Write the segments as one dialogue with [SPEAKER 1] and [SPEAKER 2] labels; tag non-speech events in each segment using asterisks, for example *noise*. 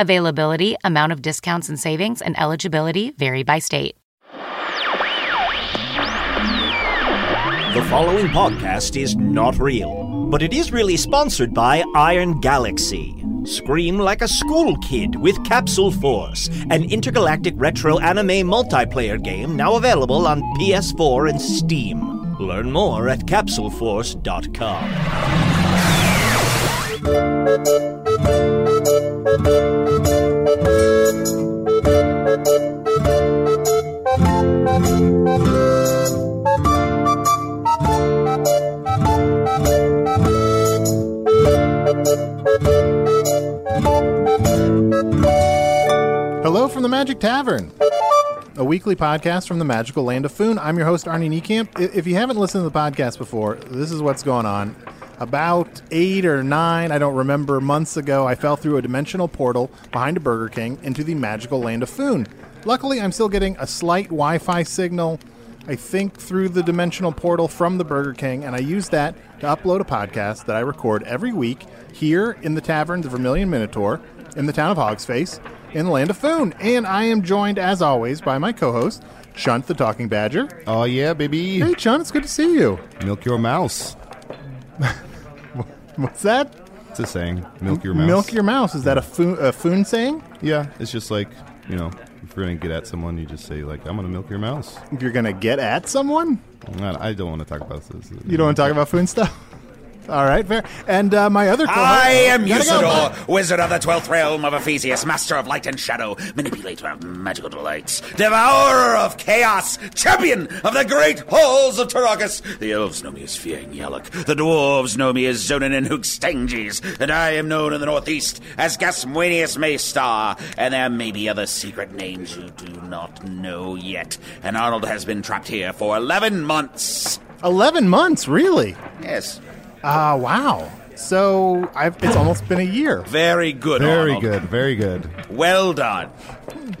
[SPEAKER 1] Availability, amount of discounts and savings, and eligibility vary by state.
[SPEAKER 2] The following podcast is not real, but it is really sponsored by Iron Galaxy. Scream like a school kid with Capsule Force, an intergalactic retro anime multiplayer game now available on PS4 and Steam. Learn more at capsuleforce.com.
[SPEAKER 3] Hello from the Magic Tavern, a weekly podcast from the magical land of Foon. I'm your host, Arnie Niekamp. I- If you haven't listened to the podcast before, this is what's going on. About eight or nine, I don't remember, months ago, I fell through a dimensional portal behind a Burger King into the magical land of Foon. Luckily, I'm still getting a slight Wi Fi signal, I think, through the dimensional portal from the Burger King, and I use that to upload a podcast that I record every week here in the tavern, the Vermilion Minotaur, in the town of Hogsface, in the land of Foon. And I am joined, as always, by my co host, Chunt the Talking Badger.
[SPEAKER 4] Oh yeah, baby.
[SPEAKER 3] Hey, Chunt, it's good to see you.
[SPEAKER 4] Milk your mouse.
[SPEAKER 3] What's that?
[SPEAKER 4] It's a saying. Milk your mouse.
[SPEAKER 3] Milk your mouse. Is that a Foon, a Foon saying?
[SPEAKER 4] Yeah, it's just like you know, if you're gonna get at someone, you just say like, "I'm gonna milk your mouse."
[SPEAKER 3] If you're going to get at someone?
[SPEAKER 4] I, I don't want to talk about this.
[SPEAKER 3] You don't want to talk about Foon stuff? *laughs* All right, fair. And uh, my other co
[SPEAKER 5] I am Usador, wizard of the twelfth realm of Ephesius, master of light and shadow, manipulator of magical delights, devourer of chaos, champion of the great halls of Taragus. The elves know me as Fiang Yalak, the dwarves know me as Zonin and Hoogstanges, and I am known in the northeast as Gasmuenius Maystar, and there may be other secret names you do not know yet. And Arnold has been trapped here for eleven months.
[SPEAKER 3] 11 months, really?
[SPEAKER 5] Yes.
[SPEAKER 3] Ah, wow. So I've, it's almost been a year.
[SPEAKER 5] Very good,
[SPEAKER 4] Very
[SPEAKER 3] Oh,
[SPEAKER 5] Arnold.
[SPEAKER 4] good. Very good.
[SPEAKER 5] Well done.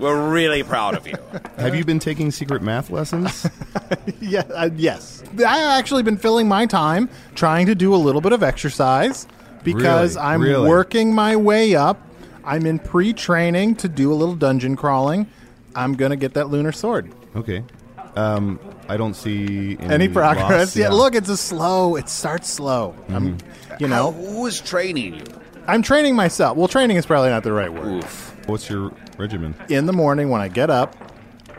[SPEAKER 5] We're really proud of you.
[SPEAKER 4] Have you been taking secret math
[SPEAKER 3] *laughs*
[SPEAKER 4] lessons?
[SPEAKER 3] Yeah, uh, yes. I've actually been filling my time trying to do a little bit of exercise because
[SPEAKER 4] Really?
[SPEAKER 3] I'm
[SPEAKER 4] Really?
[SPEAKER 3] working my way up. I'm in pre training to do a little dungeon crawling. I'm going to get that lunar sword.
[SPEAKER 4] okay. Um, I don't see any,
[SPEAKER 3] Any progress?
[SPEAKER 4] loss.
[SPEAKER 3] Yeah. look, it's a slow, it starts slow. I'm, you know,
[SPEAKER 5] Who is training you?
[SPEAKER 3] I'm training myself. Well, training is probably not the right word.
[SPEAKER 5] Oof.
[SPEAKER 4] What's your regimen?
[SPEAKER 3] In the morning when I get up,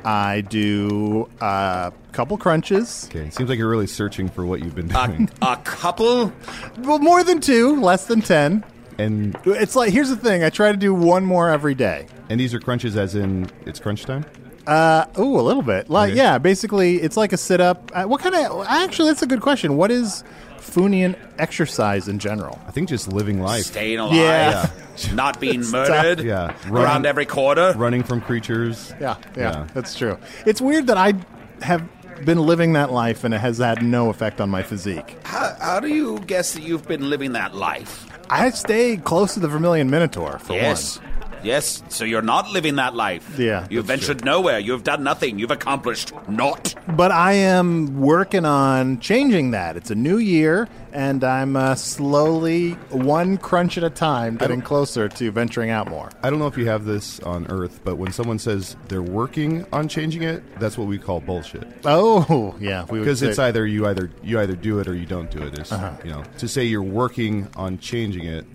[SPEAKER 3] I do a couple crunches.
[SPEAKER 4] Okay. Seems like you're really searching for what you've been doing.
[SPEAKER 5] A couple?
[SPEAKER 3] Well, more than two, less than 10.
[SPEAKER 4] and
[SPEAKER 3] It's like, here's the thing I try to do one more every day.
[SPEAKER 4] and these are crunches, as in it's crunch time.
[SPEAKER 3] Ooh, a little bit. Like,
[SPEAKER 4] Okay.
[SPEAKER 3] yeah, basically, it's like a sit up. Uh, what kind of? Actually, that's a good question. What is Funian exercise in general?
[SPEAKER 4] I think just living life,
[SPEAKER 5] Staying alive.
[SPEAKER 3] Yeah.
[SPEAKER 5] Oh, uh, Not
[SPEAKER 3] *laughs*
[SPEAKER 5] being murdered.
[SPEAKER 4] Yeah.
[SPEAKER 5] Around
[SPEAKER 4] Running-
[SPEAKER 5] every corner.
[SPEAKER 4] running from creatures.
[SPEAKER 3] Yeah, yeah, that's true. It's weird that I have been living that life and it has had no effect on my physique.
[SPEAKER 5] How, how do you guess that you've been living that life?
[SPEAKER 3] I stay close to the Vermilion Minotaur for
[SPEAKER 5] Yes.
[SPEAKER 3] one.
[SPEAKER 5] Yes, so you're not living that life.
[SPEAKER 3] Yeah,
[SPEAKER 5] You've
[SPEAKER 3] that's
[SPEAKER 5] ventured nowhere. You've done nothing. You've accomplished naught.
[SPEAKER 3] But I am working on changing that. It's a new year, and I'm uh, slowly, one crunch at a time, getting closer to venturing out more.
[SPEAKER 4] I don't know if you have this on Earth, but when someone says they're working on changing it, that's what we call bullshit.
[SPEAKER 3] Oh, yeah. we would
[SPEAKER 4] Because it's
[SPEAKER 3] say- Uh-huh.
[SPEAKER 4] either you either you either do it or you don't do it. It's, You know, to say you're working on changing it,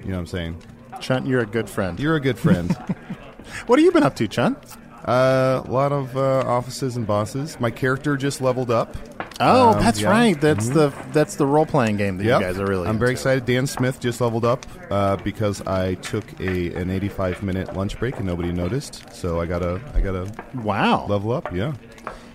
[SPEAKER 4] you know what I'm saying?
[SPEAKER 3] Chunt, you're a good friend.
[SPEAKER 4] You're a good
[SPEAKER 3] *laughs*
[SPEAKER 4] friend.
[SPEAKER 3] what have you been up to, Chunt?
[SPEAKER 4] uh, a lot of uh, offices and bosses. My character just leveled up.
[SPEAKER 3] Oh,
[SPEAKER 4] Um,
[SPEAKER 3] that's
[SPEAKER 4] yeah.
[SPEAKER 3] right. That's the that's the role playing game that
[SPEAKER 4] Yep.
[SPEAKER 3] you guys are really.
[SPEAKER 4] I'm very
[SPEAKER 3] into.
[SPEAKER 4] excited. Dan Smith just leveled up uh, because I took a an 85 minute lunch break and nobody noticed. So I gotta I gotta
[SPEAKER 3] Wow.
[SPEAKER 4] level up. Yeah,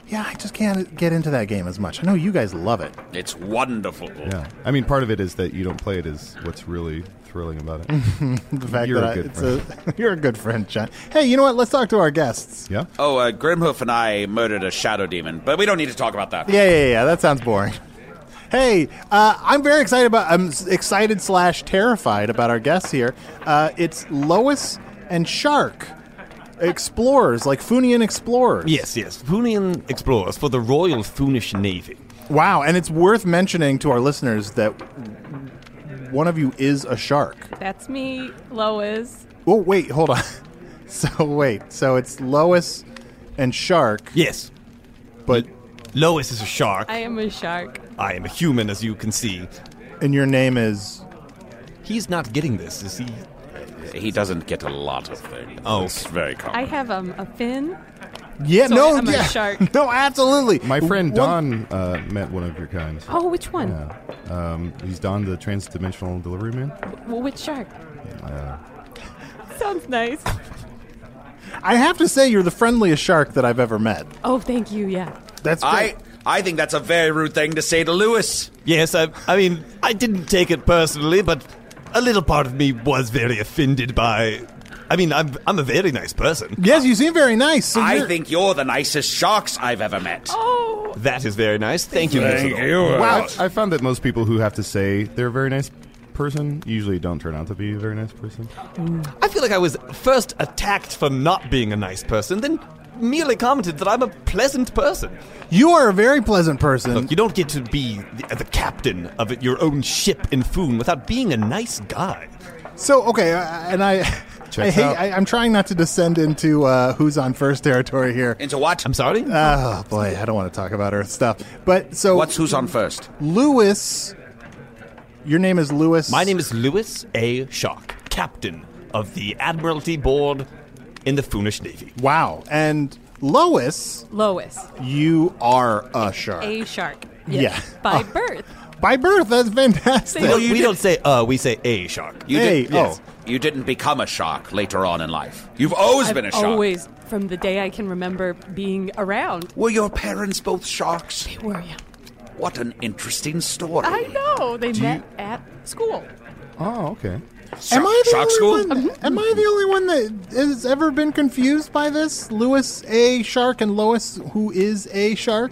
[SPEAKER 3] Yeah, I just can't get into that game as much. I know you guys love it.
[SPEAKER 5] It's wonderful.
[SPEAKER 4] yeah. I mean, part of it is that you don't play it is what's really thrilling about
[SPEAKER 6] Mm-hmm.
[SPEAKER 4] it.
[SPEAKER 3] The fact
[SPEAKER 4] You're a
[SPEAKER 3] that I,
[SPEAKER 4] good
[SPEAKER 3] it's a *laughs* you're a good friend, John. Hey, you know what? Let's talk to our guests.
[SPEAKER 4] yeah.
[SPEAKER 5] Oh, uh, Grimhoof and I murdered a shadow demon, but we don't need to talk about that.
[SPEAKER 3] Yeah, yeah, yeah. That sounds boring. Hey, uh, I'm very excited about. I'm s- excited slash terrified about our guests here. Uh, it's Lois and Shark, explorers like Funian explorers.
[SPEAKER 7] Yes, yes. Funian explorers for the Royal Funish Navy.
[SPEAKER 3] Wow, and it's worth mentioning to our listeners that one of you is a shark.
[SPEAKER 6] That's me, Lois.
[SPEAKER 3] Oh, wait, hold on. *laughs* So wait, so it's Lois and Shark,
[SPEAKER 7] Yes.
[SPEAKER 3] but
[SPEAKER 7] Lois is a shark.
[SPEAKER 6] I am a shark.
[SPEAKER 7] I am a human, as you can see.
[SPEAKER 3] and your name is
[SPEAKER 7] He's not getting this, is he?
[SPEAKER 5] He doesn't get a lot of things.
[SPEAKER 7] Oh.
[SPEAKER 5] It's very common.
[SPEAKER 6] I have um, a fin.
[SPEAKER 3] yeah,
[SPEAKER 6] So
[SPEAKER 3] no,
[SPEAKER 6] I'm a
[SPEAKER 3] yeah,
[SPEAKER 6] shark.
[SPEAKER 3] *laughs* no, absolutely.
[SPEAKER 4] My friend Don
[SPEAKER 3] One-
[SPEAKER 4] uh, met one of your kind.
[SPEAKER 6] Oh, which one?
[SPEAKER 4] Yeah. Um, he's Don, the transdimensional delivery man.
[SPEAKER 6] Well, which shark? Sounds nice.
[SPEAKER 3] I have to say, you're the friendliest shark that I've ever met.
[SPEAKER 6] Oh, thank you. Yeah.
[SPEAKER 3] That's
[SPEAKER 5] I,
[SPEAKER 3] great.
[SPEAKER 5] I think that's a very rude thing to say to Lewis.
[SPEAKER 7] Yes, I, I mean, I didn't take it personally, but a little part of me was very offended by. I mean, I'm, I'm a very nice person.
[SPEAKER 3] yes, you seem very nice. So
[SPEAKER 5] I
[SPEAKER 3] you're-
[SPEAKER 5] think you're the nicest sharks I've ever met.
[SPEAKER 6] Oh,
[SPEAKER 7] That is very nice. Thank you, Mr. Lord.
[SPEAKER 4] Wow. I, I found that most people who have to say they're a very nice person usually don't turn out to be a very nice person.
[SPEAKER 7] I feel like I was first attacked for not being a nice person, then merely commented that I'm a pleasant person.
[SPEAKER 3] you are a very pleasant person.
[SPEAKER 7] Look, you don't get to be the, the captain of your own ship in Foon without being a nice guy.
[SPEAKER 3] So okay, uh, and I, I
[SPEAKER 4] Checks
[SPEAKER 3] hate.
[SPEAKER 4] out.
[SPEAKER 3] I, I'm trying not to descend into uh, who's on first territory here.
[SPEAKER 5] Into what?
[SPEAKER 7] I'm sorry?
[SPEAKER 3] Oh boy, I don't want to talk about Earth stuff. But so
[SPEAKER 5] What's who's on first?
[SPEAKER 3] Lewis? Your name is Lewis.
[SPEAKER 7] My name is Lewis A. Shark, captain of the Admiralty Board in the Foonish Navy.
[SPEAKER 3] Wow. And Lois,
[SPEAKER 6] Lois,
[SPEAKER 3] you are a shark
[SPEAKER 6] a shark.
[SPEAKER 3] Yeah.
[SPEAKER 4] Oh.
[SPEAKER 6] By birth.
[SPEAKER 3] by birth. That's fantastic.
[SPEAKER 6] Thank
[SPEAKER 7] No,
[SPEAKER 6] you.
[SPEAKER 7] we don't say uh, we say a shark.
[SPEAKER 5] You
[SPEAKER 3] Hey, oh.
[SPEAKER 5] didn't,
[SPEAKER 3] yes.
[SPEAKER 5] you didn't become a shark later on in life. You've always been a
[SPEAKER 6] I've
[SPEAKER 5] shark.
[SPEAKER 6] Always, from the day I can remember being around.
[SPEAKER 5] Were your parents both sharks?
[SPEAKER 6] Where are you?
[SPEAKER 5] What an interesting story.
[SPEAKER 6] I know. They met at school.
[SPEAKER 4] Oh, okay.
[SPEAKER 3] Am I the
[SPEAKER 5] Shark
[SPEAKER 3] only
[SPEAKER 5] school?
[SPEAKER 3] one? Am I the only one that has ever been confused by this? Lewis a shark and Lois, who is a shark.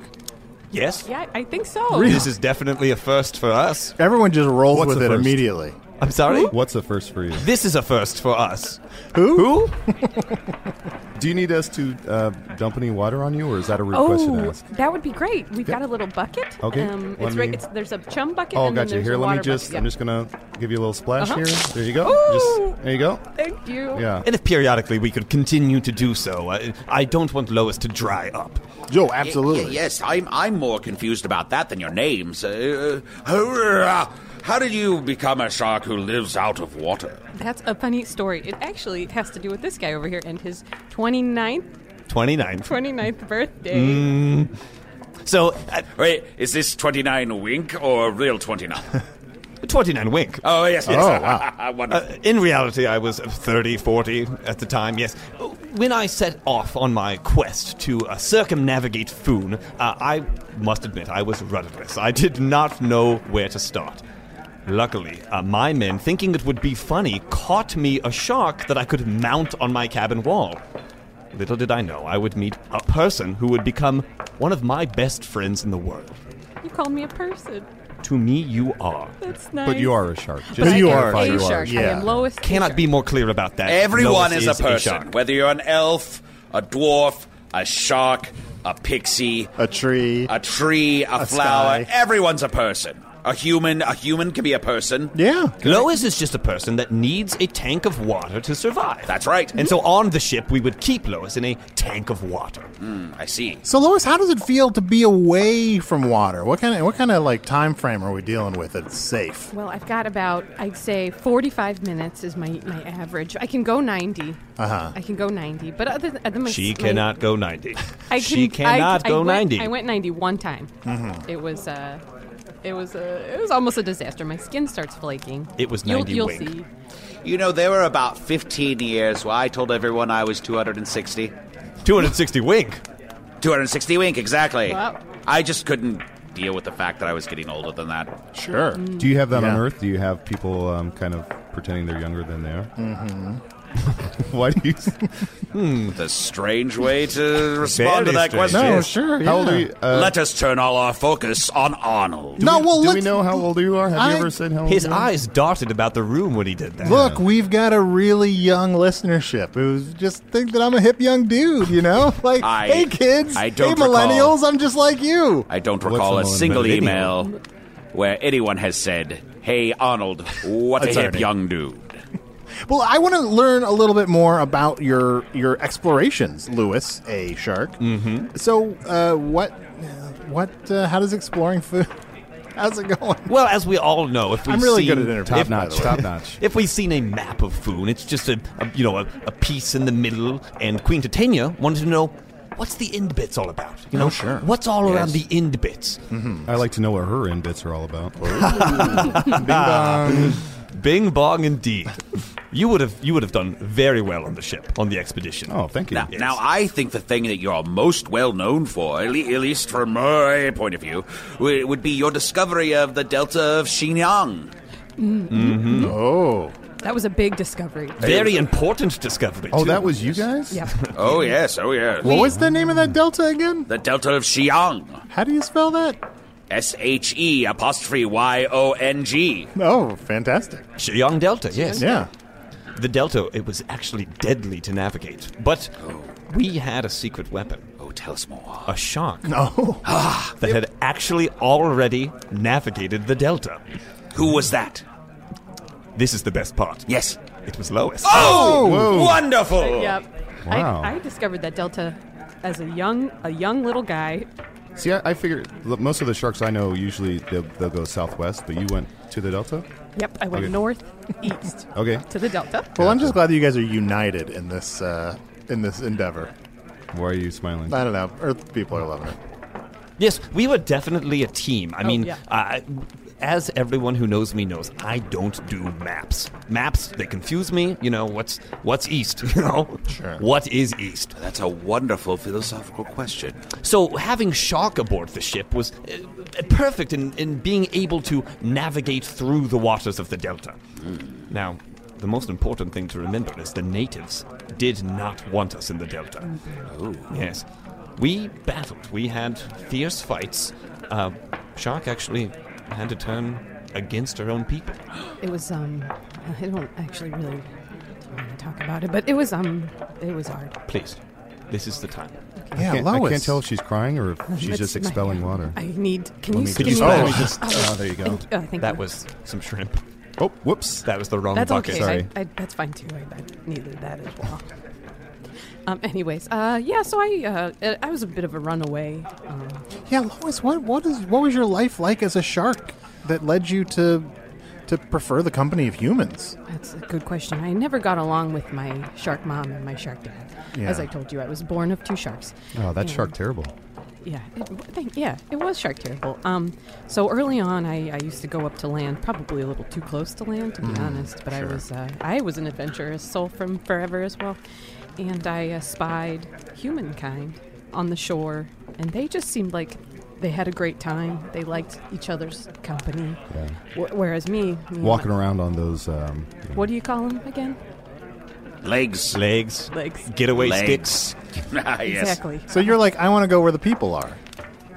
[SPEAKER 7] Yes.
[SPEAKER 6] Yeah, I think so.
[SPEAKER 7] This is definitely a first for us.
[SPEAKER 3] Everyone just rolls
[SPEAKER 4] What's
[SPEAKER 3] with
[SPEAKER 4] the
[SPEAKER 3] it
[SPEAKER 4] first?
[SPEAKER 3] immediately.
[SPEAKER 7] I'm sorry.
[SPEAKER 4] What's the first for you?
[SPEAKER 7] This is a first for us.
[SPEAKER 3] Who?
[SPEAKER 7] Who?
[SPEAKER 4] Do you need us to uh, dump any water on you, or is that a rude question to
[SPEAKER 6] Oh,
[SPEAKER 4] ask?
[SPEAKER 6] that would be great. We've got a little bucket.
[SPEAKER 4] Okay,
[SPEAKER 6] Um,
[SPEAKER 4] let
[SPEAKER 6] it's right.
[SPEAKER 4] me-
[SPEAKER 6] It's, there's a chum bucket.
[SPEAKER 4] Oh,
[SPEAKER 6] and then
[SPEAKER 4] gotcha.
[SPEAKER 6] there's
[SPEAKER 4] Here,
[SPEAKER 6] a
[SPEAKER 4] let me
[SPEAKER 6] water
[SPEAKER 4] just.
[SPEAKER 6] bucket.
[SPEAKER 4] I'm just gonna give you a little splash
[SPEAKER 6] Uh-huh.
[SPEAKER 4] here. There you go.
[SPEAKER 6] Ooh.
[SPEAKER 4] Just there you go.
[SPEAKER 6] Yeah. Thank you.
[SPEAKER 4] Yeah.
[SPEAKER 7] And if periodically we could continue to do so, I, I don't want Lois to dry up.
[SPEAKER 3] Joe,
[SPEAKER 5] Y-
[SPEAKER 3] absolutely.
[SPEAKER 5] y- yes, I'm. I'm more confused about that than your names. Uh, uh, how did you become a shark who lives out of water?
[SPEAKER 6] That's a funny story. It actually has to do with this guy over here and his 29th,
[SPEAKER 7] 29.
[SPEAKER 6] 29th birthday.
[SPEAKER 7] Mm. So, uh,
[SPEAKER 5] Wait, is this 29 wink or real 29? *laughs*
[SPEAKER 7] 29 wink.
[SPEAKER 5] oh yes, yes.
[SPEAKER 3] Oh, wow.
[SPEAKER 5] *laughs* Wonderful.
[SPEAKER 7] Uh, in reality, I was 30, 40 at the time, yes. When I set off on my quest to uh, circumnavigate Foon, uh, I must admit I was rudderless. I did not know where to start. Luckily, uh, my men, thinking it would be funny, caught me a shark that I could mount on my cabin wall. Little did I know I would meet a person who would become one of my best friends in the world.
[SPEAKER 6] You called me a person.
[SPEAKER 7] To me, you are.
[SPEAKER 6] That's nice.
[SPEAKER 4] But you are a shark. Just
[SPEAKER 3] But
[SPEAKER 4] to
[SPEAKER 3] you
[SPEAKER 6] I
[SPEAKER 3] are
[SPEAKER 4] clarify,
[SPEAKER 6] am
[SPEAKER 4] you
[SPEAKER 6] A
[SPEAKER 4] are
[SPEAKER 6] shark. I
[SPEAKER 3] yeah.
[SPEAKER 6] am lowest. A
[SPEAKER 7] Cannot
[SPEAKER 6] shark.
[SPEAKER 7] be more clear about that.
[SPEAKER 5] Everyone
[SPEAKER 7] Lois
[SPEAKER 5] is, a person,
[SPEAKER 7] shark.
[SPEAKER 5] whether you're an elf, a dwarf, a shark, a pixie,
[SPEAKER 3] A tree.
[SPEAKER 5] a tree, a, flower.
[SPEAKER 3] sky.
[SPEAKER 5] Everyone's a person. A human, a human can be a person.
[SPEAKER 3] yeah.
[SPEAKER 7] Lois is just a person that needs a tank of water to survive.
[SPEAKER 5] That's right.
[SPEAKER 7] And so on the ship, we would keep Lois in a tank of water.
[SPEAKER 5] I see.
[SPEAKER 3] So Lois, how does it feel to be away from water? What kind of what kind of like time frame are we dealing with? It's safe.
[SPEAKER 6] Well, I've got about, I'd say, 45 minutes is my, my average. I can go 90. Uh huh. I can go 90, but other than, other than my-
[SPEAKER 7] Uh-huh. She
[SPEAKER 6] my-
[SPEAKER 7] cannot go 90.
[SPEAKER 6] I
[SPEAKER 7] she
[SPEAKER 6] can- I-
[SPEAKER 7] cannot
[SPEAKER 6] I
[SPEAKER 7] go Mm-hmm.
[SPEAKER 6] went-
[SPEAKER 7] 90.
[SPEAKER 6] I went 90 one time. It was uh, it was uh, it was almost a disaster. My skin starts flaking.
[SPEAKER 7] It was 90
[SPEAKER 6] You'll, you'll
[SPEAKER 7] wink.
[SPEAKER 6] see.
[SPEAKER 5] You know, there were about 15 years where I told everyone I was 260.
[SPEAKER 7] 260 wink.
[SPEAKER 5] 260 wink, exactly.
[SPEAKER 6] Wow.
[SPEAKER 5] I just couldn't deal with the fact that I was getting older than that.
[SPEAKER 3] Sure.
[SPEAKER 4] Do you have that on
[SPEAKER 3] Yeah.
[SPEAKER 4] Earth? Do you have people um, kind of pretending they're younger than they are? Mm-hmm.
[SPEAKER 6] Mm-hmm.
[SPEAKER 4] Why do you?
[SPEAKER 5] It's a strange way to respond to
[SPEAKER 7] Very
[SPEAKER 5] that
[SPEAKER 7] strange.
[SPEAKER 5] question.
[SPEAKER 3] No, Oh, sure.
[SPEAKER 4] How old are you? Uh,
[SPEAKER 5] Let us turn all our focus on Arnold.
[SPEAKER 3] no, well,
[SPEAKER 4] do
[SPEAKER 3] let's,
[SPEAKER 4] we know how old you are? Have
[SPEAKER 3] I-
[SPEAKER 4] you ever said how old?
[SPEAKER 7] His
[SPEAKER 4] you are?
[SPEAKER 7] eyes darted about the room when he did that.
[SPEAKER 3] Mm-hmm. Look, we've got a really young listenership who's just think that I'm a hip young dude, you know? *laughs* Like,
[SPEAKER 5] I-
[SPEAKER 3] hey kids,
[SPEAKER 5] I don't
[SPEAKER 3] hey
[SPEAKER 5] recall.
[SPEAKER 3] millennials, I'm just like you.
[SPEAKER 5] I don't
[SPEAKER 4] What's
[SPEAKER 5] recall
[SPEAKER 4] the
[SPEAKER 5] a
[SPEAKER 4] moment
[SPEAKER 5] single
[SPEAKER 4] about it?
[SPEAKER 5] email where anyone has said, Hey, Arnold, what a
[SPEAKER 3] That's
[SPEAKER 5] hip
[SPEAKER 3] already-
[SPEAKER 5] young dude.
[SPEAKER 3] Well, I want to learn a little bit more about your your explorations, Lewis, a shark. Mm-hmm. So, uh, what, what, uh, how does exploring food? *laughs* How's it going?
[SPEAKER 7] Well, as we all know, if we've
[SPEAKER 3] I'm really
[SPEAKER 7] seen,
[SPEAKER 3] good at interviews,
[SPEAKER 4] Top
[SPEAKER 3] If- by
[SPEAKER 4] notch.
[SPEAKER 3] the way.
[SPEAKER 4] Top notch.
[SPEAKER 7] *laughs* If we've seen a map of Foon, it's just a, a you know a, a piece in the middle, and Queen Titania wanted to know what's the end bits all about. You know,
[SPEAKER 3] Oh, sure. Hmm.
[SPEAKER 7] What's all around the end bits?
[SPEAKER 4] I like to know what her end bits are all about.
[SPEAKER 7] Bing bong, indeed. you would have you would have done very well on the ship on the expedition.
[SPEAKER 4] oh, thank you.
[SPEAKER 5] Now, now, I think the thing that you're most well known for, at le- at least from my point of view, w- would be your discovery of the Delta of Xinjiang.
[SPEAKER 3] Oh,
[SPEAKER 6] That was a big discovery.
[SPEAKER 7] very important discovery.
[SPEAKER 4] Oh,
[SPEAKER 7] too.
[SPEAKER 4] that was you guys.
[SPEAKER 6] Yep.
[SPEAKER 5] Oh, yes, oh, yes.
[SPEAKER 3] what was the name of that delta again?
[SPEAKER 5] The Delta of Xiang.
[SPEAKER 3] How do you spell that?
[SPEAKER 5] S H E apostrophe Y O N G.
[SPEAKER 3] Oh, fantastic!
[SPEAKER 7] Xiang Delta. Yes,
[SPEAKER 3] Yeah,
[SPEAKER 7] the Delta. It was actually deadly to navigate, but we had a secret weapon.
[SPEAKER 5] Oh, tell us more.
[SPEAKER 7] a shark. Ah, that had actually already navigated the Delta.
[SPEAKER 5] Who was that?
[SPEAKER 7] This is the best part.
[SPEAKER 5] Yes.
[SPEAKER 7] It was Lois.
[SPEAKER 5] Oh! Wonderful!
[SPEAKER 6] Yep.
[SPEAKER 4] Wow.
[SPEAKER 6] I, I discovered that delta as a young a young little guy.
[SPEAKER 4] See, I, I figure look, most of the sharks I know usually they'll, they'll go southwest, but you went to the delta.
[SPEAKER 6] Yep, I went
[SPEAKER 4] Okay.
[SPEAKER 6] north, east
[SPEAKER 4] Okay.
[SPEAKER 6] to the delta.
[SPEAKER 3] Well, I'm just glad that you guys are united in this uh, in this endeavor.
[SPEAKER 4] Why are you smiling?
[SPEAKER 3] I don't know. Earth people are loving it.
[SPEAKER 7] Yes, we were definitely a team. I mean,
[SPEAKER 6] yeah.
[SPEAKER 7] I- as everyone who knows me knows, I don't do maps. Maps they confuse me. You know what's what's east. *laughs* You know
[SPEAKER 3] Sure.
[SPEAKER 7] what is east.
[SPEAKER 5] That's a wonderful philosophical question.
[SPEAKER 7] So having Shark aboard the ship was uh, perfect in, in being able to navigate through the waters of the Delta.
[SPEAKER 5] Hmm.
[SPEAKER 7] Now, the most important thing to remember is the natives did not want us in the Delta.
[SPEAKER 5] Mm-hmm.
[SPEAKER 7] Yes. We battled. We had fierce fights. Uh, Shark actually had to turn against her own people.
[SPEAKER 6] It was um I don't actually really want to talk about it, but it was um it was hard.
[SPEAKER 7] Please, this is the time.
[SPEAKER 3] Yeah,
[SPEAKER 4] can't, I
[SPEAKER 3] Lois.
[SPEAKER 4] can't tell if she's crying or if she's
[SPEAKER 6] It's
[SPEAKER 4] just
[SPEAKER 6] Oh, my-
[SPEAKER 4] expelling water.
[SPEAKER 6] I need can you
[SPEAKER 4] me- could
[SPEAKER 6] can
[SPEAKER 4] you
[SPEAKER 6] you-
[SPEAKER 4] spell me just- oh, there you go.
[SPEAKER 6] Thank, oh, thank
[SPEAKER 7] That
[SPEAKER 6] you.
[SPEAKER 7] was some shrimp.
[SPEAKER 4] Oh, whoops.
[SPEAKER 7] That was the wrong
[SPEAKER 6] That's
[SPEAKER 7] bucket.
[SPEAKER 6] okay.
[SPEAKER 4] Sorry.
[SPEAKER 6] I, I, that's fine too. I, I needed that as well. Um, anyways, uh, yeah. So I, uh, I was a bit of a runaway. Um,
[SPEAKER 3] Yeah, Lois, what what is what was your life like as a shark that led you to to prefer the company of humans?
[SPEAKER 6] that's a good question. I never got along with my shark mom and my shark dad. As
[SPEAKER 3] Yeah.
[SPEAKER 6] I told you, I was born of two sharks.
[SPEAKER 4] Oh, that
[SPEAKER 6] And-
[SPEAKER 4] shark terrible.
[SPEAKER 6] Yeah, it, I think- yeah, it was shark terrible. Um, so early on, I, I used to go up to land, probably a little too close to land, to
[SPEAKER 4] Mm,
[SPEAKER 6] be honest. But I was uh, I was an adventurous soul from forever as well, and I espied humankind on the shore, and they just seemed like they had a great time. They liked each other's company,
[SPEAKER 4] Yeah.
[SPEAKER 6] Wh- whereas me, me and
[SPEAKER 4] Walking
[SPEAKER 6] my-
[SPEAKER 4] around on those. Um,
[SPEAKER 6] What do you call them again?
[SPEAKER 5] Legs.
[SPEAKER 7] Legs.
[SPEAKER 6] Legs.
[SPEAKER 7] Getaway
[SPEAKER 5] Legs.
[SPEAKER 7] sticks.
[SPEAKER 5] *laughs* Ah, yes.
[SPEAKER 6] Exactly.
[SPEAKER 3] So you're like, I want to go where the people are.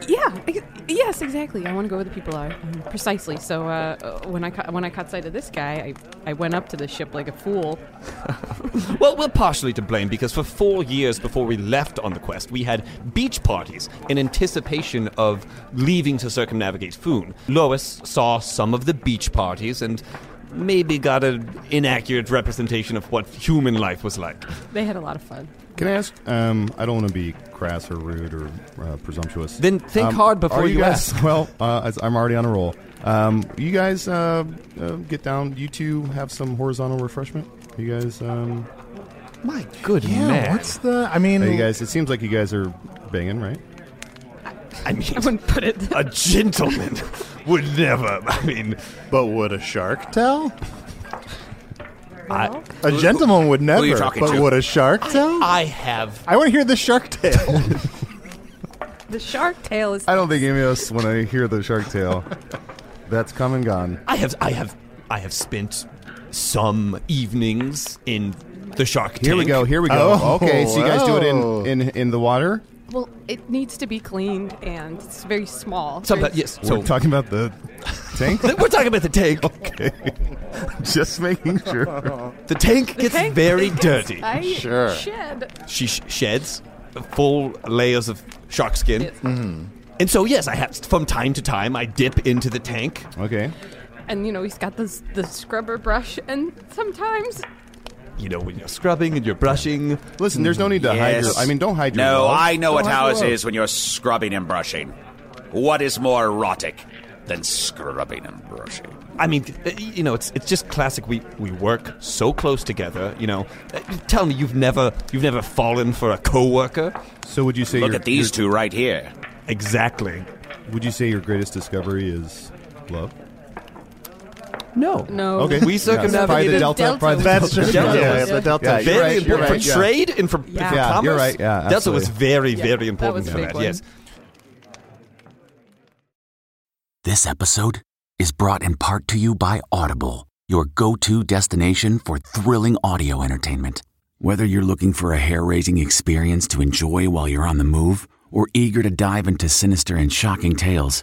[SPEAKER 6] Yeah, I- Yes, exactly. I want to go where the people are um, precisely. So uh, uh, when I ca- when I caught sight of this guy, I, I went up to the ship like a fool.
[SPEAKER 7] Well, we're partially to blame because for four years before we left on the quest, we had beach parties in anticipation of leaving to circumnavigate Foon. Lois saw some of the beach parties and maybe got an inaccurate representation of what human life was like.
[SPEAKER 6] They had a lot of fun.
[SPEAKER 4] Can I ask? Um, I don't want to be crass or rude or uh, presumptuous. Um,
[SPEAKER 7] Then think hard before
[SPEAKER 4] are
[SPEAKER 7] you
[SPEAKER 4] guys,
[SPEAKER 7] ask.
[SPEAKER 4] Well, uh, as- I'm already on a roll. Um, you guys uh, uh, get down. You two have some horizontal refreshment. You guys, um,
[SPEAKER 7] My good
[SPEAKER 3] Yeah,
[SPEAKER 7] man.
[SPEAKER 3] what's the? I mean,
[SPEAKER 4] are you guys. It seems like you guys are banging, right?
[SPEAKER 7] I mean,
[SPEAKER 6] I wouldn't put it.
[SPEAKER 7] a gentleman *laughs* would never. I mean,
[SPEAKER 3] but would a shark tell?
[SPEAKER 7] I,
[SPEAKER 3] A gentleman would never.
[SPEAKER 5] you talking
[SPEAKER 3] but
[SPEAKER 5] to?
[SPEAKER 3] would a shark tell? I,
[SPEAKER 7] I have
[SPEAKER 3] want to hear the
[SPEAKER 7] *laughs*
[SPEAKER 3] shark tale.
[SPEAKER 6] The shark tale is.
[SPEAKER 4] I don't think any of us when I hear the Shark *laughs* Tale. That's come and gone.
[SPEAKER 7] I have, I have, I have spent some evenings in the Shark Tank.
[SPEAKER 4] Here we go. Here we go.
[SPEAKER 3] Oh,
[SPEAKER 4] okay, so you guys do it
[SPEAKER 3] oh.
[SPEAKER 4] in, in in the water.
[SPEAKER 6] Well, it needs to be cleaned and it's very small.
[SPEAKER 7] Some,
[SPEAKER 6] Very-
[SPEAKER 7] yes. So
[SPEAKER 4] We're talking about the tank.
[SPEAKER 7] Th- We're talking about the tank.
[SPEAKER 4] *laughs* okay, *laughs* just making sure.
[SPEAKER 7] The tank gets
[SPEAKER 6] tank- *laughs*
[SPEAKER 7] very dirty.
[SPEAKER 6] I
[SPEAKER 3] Sure.
[SPEAKER 6] shed.
[SPEAKER 7] She sh- sheds full layers of shark skin. Mm-hmm.
[SPEAKER 6] Yes.
[SPEAKER 7] And so, yes, I have, from time to time, I dip into the tank.
[SPEAKER 4] Okay.
[SPEAKER 6] And you know he's got this the scrubber brush, and sometimes
[SPEAKER 7] You know, when you're scrubbing and you're brushing.
[SPEAKER 4] Listen, there's no need to hide your. I mean, don't hide your.
[SPEAKER 5] No,
[SPEAKER 4] love.
[SPEAKER 5] I know
[SPEAKER 4] Don't
[SPEAKER 5] what
[SPEAKER 4] hide
[SPEAKER 5] ours
[SPEAKER 4] your love.
[SPEAKER 5] is when you're scrubbing and brushing. What is more erotic than scrubbing and brushing?
[SPEAKER 7] I mean, uh, you know, it's it's just classic. We we work so close together. You know, Uh, tell me you've
[SPEAKER 4] Uh.
[SPEAKER 7] never you've never fallen for a coworker.
[SPEAKER 4] So would you say
[SPEAKER 5] Look
[SPEAKER 4] your,
[SPEAKER 5] at these
[SPEAKER 4] your-
[SPEAKER 5] two right here.
[SPEAKER 7] Exactly.
[SPEAKER 4] Would you say your greatest discovery is love?
[SPEAKER 7] No.
[SPEAKER 6] no.
[SPEAKER 4] Okay.
[SPEAKER 7] We
[SPEAKER 4] Yes.
[SPEAKER 7] circumnavigated-
[SPEAKER 4] Probably the
[SPEAKER 6] The
[SPEAKER 4] Delta.
[SPEAKER 6] Delta
[SPEAKER 4] probably the
[SPEAKER 3] That's just
[SPEAKER 4] Delta.
[SPEAKER 7] Yeah,
[SPEAKER 3] yeah, the delta.
[SPEAKER 4] Yeah,
[SPEAKER 3] You're
[SPEAKER 7] very
[SPEAKER 4] right, Uh, you're
[SPEAKER 7] important
[SPEAKER 4] right,
[SPEAKER 7] for
[SPEAKER 4] yeah.
[SPEAKER 7] trade and for,
[SPEAKER 6] Yeah.
[SPEAKER 7] for
[SPEAKER 6] Yeah,
[SPEAKER 7] commerce.
[SPEAKER 4] you're right, yeah,
[SPEAKER 7] Delta was
[SPEAKER 4] absolutely.
[SPEAKER 7] very,
[SPEAKER 6] Yeah,
[SPEAKER 7] very
[SPEAKER 6] that
[SPEAKER 7] important
[SPEAKER 6] was a
[SPEAKER 7] for
[SPEAKER 6] big
[SPEAKER 7] that.
[SPEAKER 6] one.
[SPEAKER 7] Yes.
[SPEAKER 8] This episode is brought in part to you by Audible, your go to destination for thrilling audio entertainment. Whether you're looking for a hair raising experience to enjoy while you're on the move or eager to dive into sinister and shocking tales,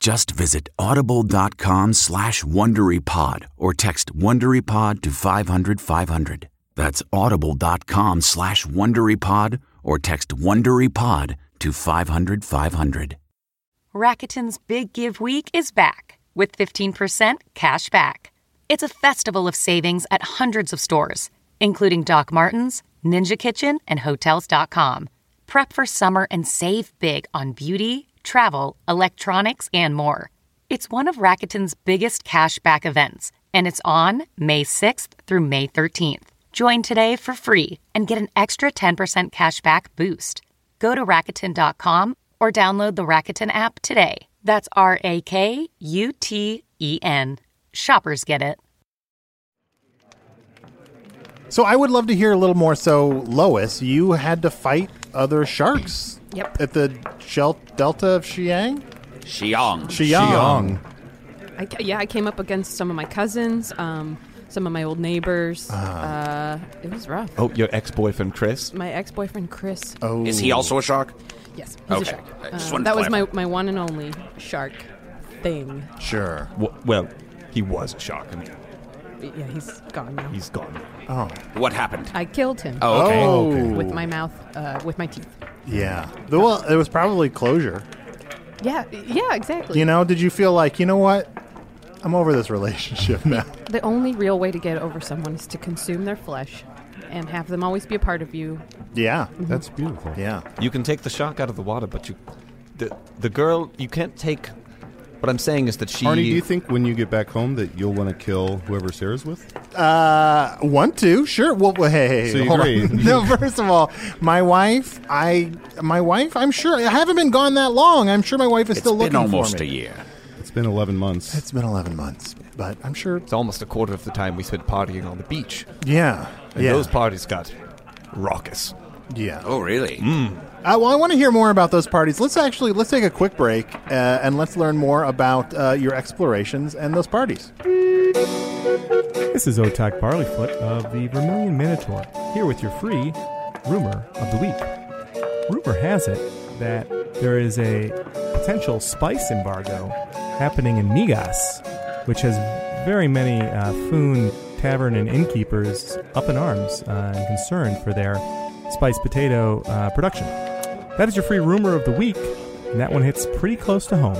[SPEAKER 8] Just visit audible.com slash WonderyPod or text WonderyPod to 500 500. That's audible.com slash WonderyPod or text WonderyPod to 500 500.
[SPEAKER 1] Rakuten's Big Give Week is back with 15% cash back. It's a festival of savings at hundreds of stores, including Doc Martens, Ninja Kitchen, and Hotels.com. Prep for summer and save big on beauty, travel, electronics, and more. It's one of Rakuten's biggest cash back events, and it's on May 6th through May 13th. Join today for free and get an extra 10% cashback boost. Go to Rakuten.com or download the Rakuten app today. That's R A K U T E N. Shoppers get it.
[SPEAKER 3] So I would love to hear a little more. So Lois, you had to fight other sharks.
[SPEAKER 6] Yep.
[SPEAKER 3] At the Shel- Delta of Xiang.
[SPEAKER 5] Xiong.
[SPEAKER 3] Xiang.
[SPEAKER 6] I ca- yeah, I came up against some of my cousins, um, some of my old neighbors.
[SPEAKER 4] Ah.
[SPEAKER 6] Uh, it was rough.
[SPEAKER 7] Oh, your ex-boyfriend Chris.
[SPEAKER 6] My ex-boyfriend Chris.
[SPEAKER 3] Oh,
[SPEAKER 5] Is he also a shark?
[SPEAKER 6] Yes, he's
[SPEAKER 5] Okay.
[SPEAKER 6] a shark.
[SPEAKER 5] I just
[SPEAKER 6] Uh,
[SPEAKER 5] wanted to
[SPEAKER 6] that was my,
[SPEAKER 5] clarify.
[SPEAKER 6] my one and only shark thing.
[SPEAKER 3] sure?
[SPEAKER 7] W- well, he was a shark. I mean,
[SPEAKER 6] But yeah, he's gone now.
[SPEAKER 7] he's gone.
[SPEAKER 5] What happened?
[SPEAKER 6] I killed him
[SPEAKER 5] Oh, okay.
[SPEAKER 3] Oh,
[SPEAKER 6] with my mouth, uh, with my teeth.
[SPEAKER 3] yeah. The- Well, it was probably closure.
[SPEAKER 6] Yeah, yeah, exactly.
[SPEAKER 3] You know, did you feel like you know what? I'm over this relationship *laughs* now.
[SPEAKER 6] the only real way to get over someone is to consume their flesh and have them always be a part of you.
[SPEAKER 3] yeah.
[SPEAKER 4] That's beautiful.
[SPEAKER 3] Yeah.
[SPEAKER 7] You can take the shark out of the water, but you, the the girl, you can't take. What I'm saying is that she.
[SPEAKER 4] Arnie, do you think when you get back home that you'll want to kill whoever Sarah's with?
[SPEAKER 3] Uh, want to? Sure. Well, well, hey, hey, hey,
[SPEAKER 4] So you
[SPEAKER 3] hold
[SPEAKER 4] agree.
[SPEAKER 3] on. *laughs* no, first of all, my wife. I, my wife. I'm sure I haven't been gone that long. I'm sure my wife is
[SPEAKER 5] It's
[SPEAKER 3] still
[SPEAKER 5] been
[SPEAKER 3] looking
[SPEAKER 5] almost
[SPEAKER 3] for
[SPEAKER 5] a
[SPEAKER 3] me.
[SPEAKER 5] year.
[SPEAKER 4] It's been 11 months.
[SPEAKER 3] It's been 11 months, but I'm sure.
[SPEAKER 7] It's almost a quarter of the time we spent partying on the beach.
[SPEAKER 3] Yeah.
[SPEAKER 7] And
[SPEAKER 3] yeah.
[SPEAKER 7] those parties got raucous.
[SPEAKER 3] yeah.
[SPEAKER 5] Oh, really?
[SPEAKER 7] Hmm.
[SPEAKER 3] Uh, well, I want to hear more about those parties. Let's actually let's take a quick break uh, and let's learn more about uh, your explorations and those parties.
[SPEAKER 9] This is Otak Barleyfoot of the Vermilion Minotaur, here with your free rumor of the week. Rumor has it that there is a potential spice embargo happening in Migas, which has very many uh, Foon tavern and innkeepers up in arms uh, and concerned for their spiced potato uh, production. That is your free rumor of the week, and that one hits pretty close to home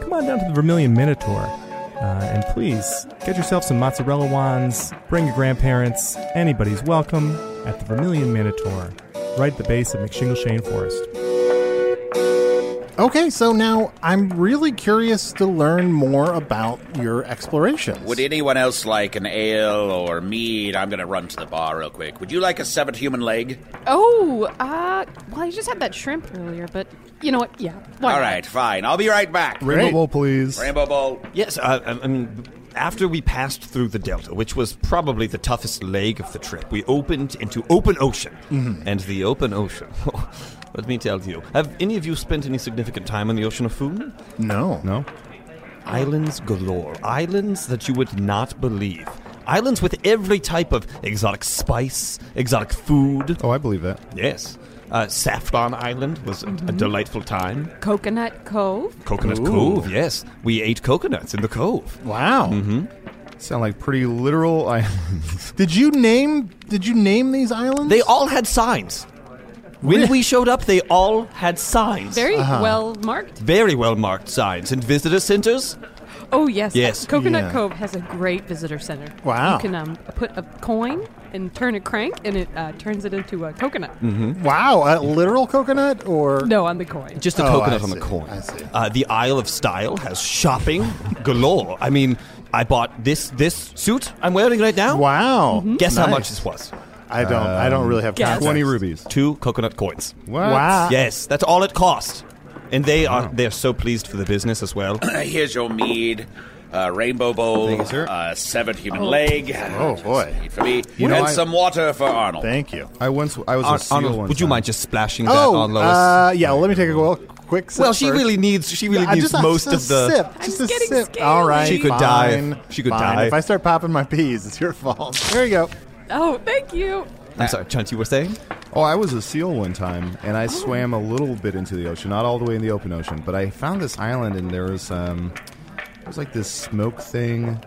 [SPEAKER 9] come on down to the Vermilion Minotaur. Uh, and please get yourself some mozzarella wands, bring your grandparents, anybody's welcome at the Vermilion Minotaur, right at the base of McShingleshane Forest.
[SPEAKER 3] Okay, so now I'm really curious to learn more about your explorations.
[SPEAKER 5] Would anyone else like an ale or mead? I'm going to run to the bar real quick. Would you like a severed human leg?
[SPEAKER 6] Oh, uh, well, I just had that shrimp earlier, but you know what? Yeah. why
[SPEAKER 5] All
[SPEAKER 6] not?
[SPEAKER 5] right, fine. I'll be right back.
[SPEAKER 4] Rainbow
[SPEAKER 3] Great.
[SPEAKER 4] Bowl, please.
[SPEAKER 5] Rainbow Bowl.
[SPEAKER 7] Yes, uh, I, I mean, after we passed through the delta, which was probably the toughest leg of the trip, we opened into open ocean. And the open ocean. *laughs* Let me tell you, have any of you spent any significant time in the ocean of Foon?
[SPEAKER 3] No.
[SPEAKER 4] No?
[SPEAKER 7] Islands galore. Islands that you would not believe. Islands with every type of exotic spice, exotic food.
[SPEAKER 4] Oh, I believe that.
[SPEAKER 7] Yes. Uh, Saffron Island was a, a delightful time.
[SPEAKER 6] Coconut Cove.
[SPEAKER 7] Coconut Cove, yes. We ate coconuts in the cove.
[SPEAKER 3] Wow.
[SPEAKER 7] Mm-hmm.
[SPEAKER 4] Sound like pretty literal *laughs* islands.
[SPEAKER 3] Did you name Did you name these islands?
[SPEAKER 7] They all had signs. When we showed up, they all had signs.
[SPEAKER 6] Very
[SPEAKER 5] Uh-huh.
[SPEAKER 6] well marked.
[SPEAKER 7] Very well marked signs. And visitor centers?
[SPEAKER 6] Oh yes.
[SPEAKER 7] Yes.
[SPEAKER 6] Coconut
[SPEAKER 3] Yeah.
[SPEAKER 6] Cove has a great visitor center.
[SPEAKER 3] Wow.
[SPEAKER 6] You can um, put a coin and turn a crank, and it uh, turns it into a coconut.
[SPEAKER 3] wow, a literal coconut or
[SPEAKER 6] No, on the coin.
[SPEAKER 7] Just a
[SPEAKER 3] Oh,
[SPEAKER 7] coconut
[SPEAKER 3] I
[SPEAKER 7] on the
[SPEAKER 3] see.
[SPEAKER 7] coin.
[SPEAKER 3] I see.
[SPEAKER 7] Uh, the Isle of Style has shopping galore. I mean, I bought this this suit I'm wearing right now.
[SPEAKER 3] Wow.
[SPEAKER 7] Guess how
[SPEAKER 3] Nice.
[SPEAKER 7] much this was?
[SPEAKER 3] I don't I don't really have
[SPEAKER 6] Guess.
[SPEAKER 3] context.
[SPEAKER 4] 20 rubies.
[SPEAKER 7] Two coconut coins.
[SPEAKER 4] What?
[SPEAKER 3] Wow.
[SPEAKER 7] Yes, that's all it cost. And they are they are so pleased for the business as well.
[SPEAKER 5] Here's your mead. Uh, rainbow bowl,
[SPEAKER 4] Thank you, sir.
[SPEAKER 5] Uh, severed human leg.
[SPEAKER 3] Oh, boy.
[SPEAKER 5] Mead for me,
[SPEAKER 4] You know,
[SPEAKER 5] and
[SPEAKER 4] I-
[SPEAKER 5] some water for Arnold.
[SPEAKER 3] Thank you.
[SPEAKER 4] I once I was a
[SPEAKER 7] Ar-
[SPEAKER 4] seal
[SPEAKER 7] Arnold,
[SPEAKER 4] one
[SPEAKER 7] would you
[SPEAKER 4] time.
[SPEAKER 7] mind just splashing that
[SPEAKER 3] Oh,
[SPEAKER 7] on Lois?
[SPEAKER 3] uh, yeah. Well, let me take a well, quick. Sip
[SPEAKER 7] well, she
[SPEAKER 3] first.
[SPEAKER 7] really needs she really
[SPEAKER 3] I
[SPEAKER 7] needs
[SPEAKER 3] just-
[SPEAKER 7] most
[SPEAKER 3] just
[SPEAKER 7] of the
[SPEAKER 3] a sip, just a
[SPEAKER 6] getting
[SPEAKER 3] sip.
[SPEAKER 6] scaly.
[SPEAKER 3] All right,
[SPEAKER 7] She could
[SPEAKER 3] fine,
[SPEAKER 7] die. She could
[SPEAKER 3] fine.
[SPEAKER 7] die.
[SPEAKER 3] If I start popping my peas, it's your fault. There you go.
[SPEAKER 6] oh, thank you.
[SPEAKER 7] I'm sorry, Chunt, you were saying?
[SPEAKER 4] Oh, I was a seal one time, and I swam a little bit into the ocean, not all the way in the open ocean, but I found this island, and there was um, there was like this smoke thing.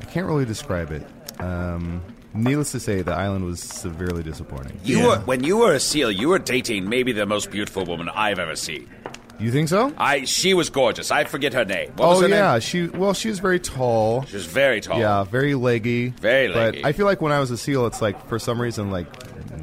[SPEAKER 4] I can't really describe it. Um, needless to say, the island was severely disappointing.
[SPEAKER 5] You were when you were a seal, you were dating maybe the most beautiful woman I've ever seen.
[SPEAKER 4] You think so?
[SPEAKER 5] I she was gorgeous. I forget her name. What was
[SPEAKER 4] oh
[SPEAKER 5] her
[SPEAKER 4] yeah,
[SPEAKER 5] name?
[SPEAKER 4] she well, she was very tall.
[SPEAKER 5] She was very tall.
[SPEAKER 4] Yeah, very leggy.
[SPEAKER 5] Very leggy.
[SPEAKER 4] But I feel like when I was a seal, it's like for some reason, like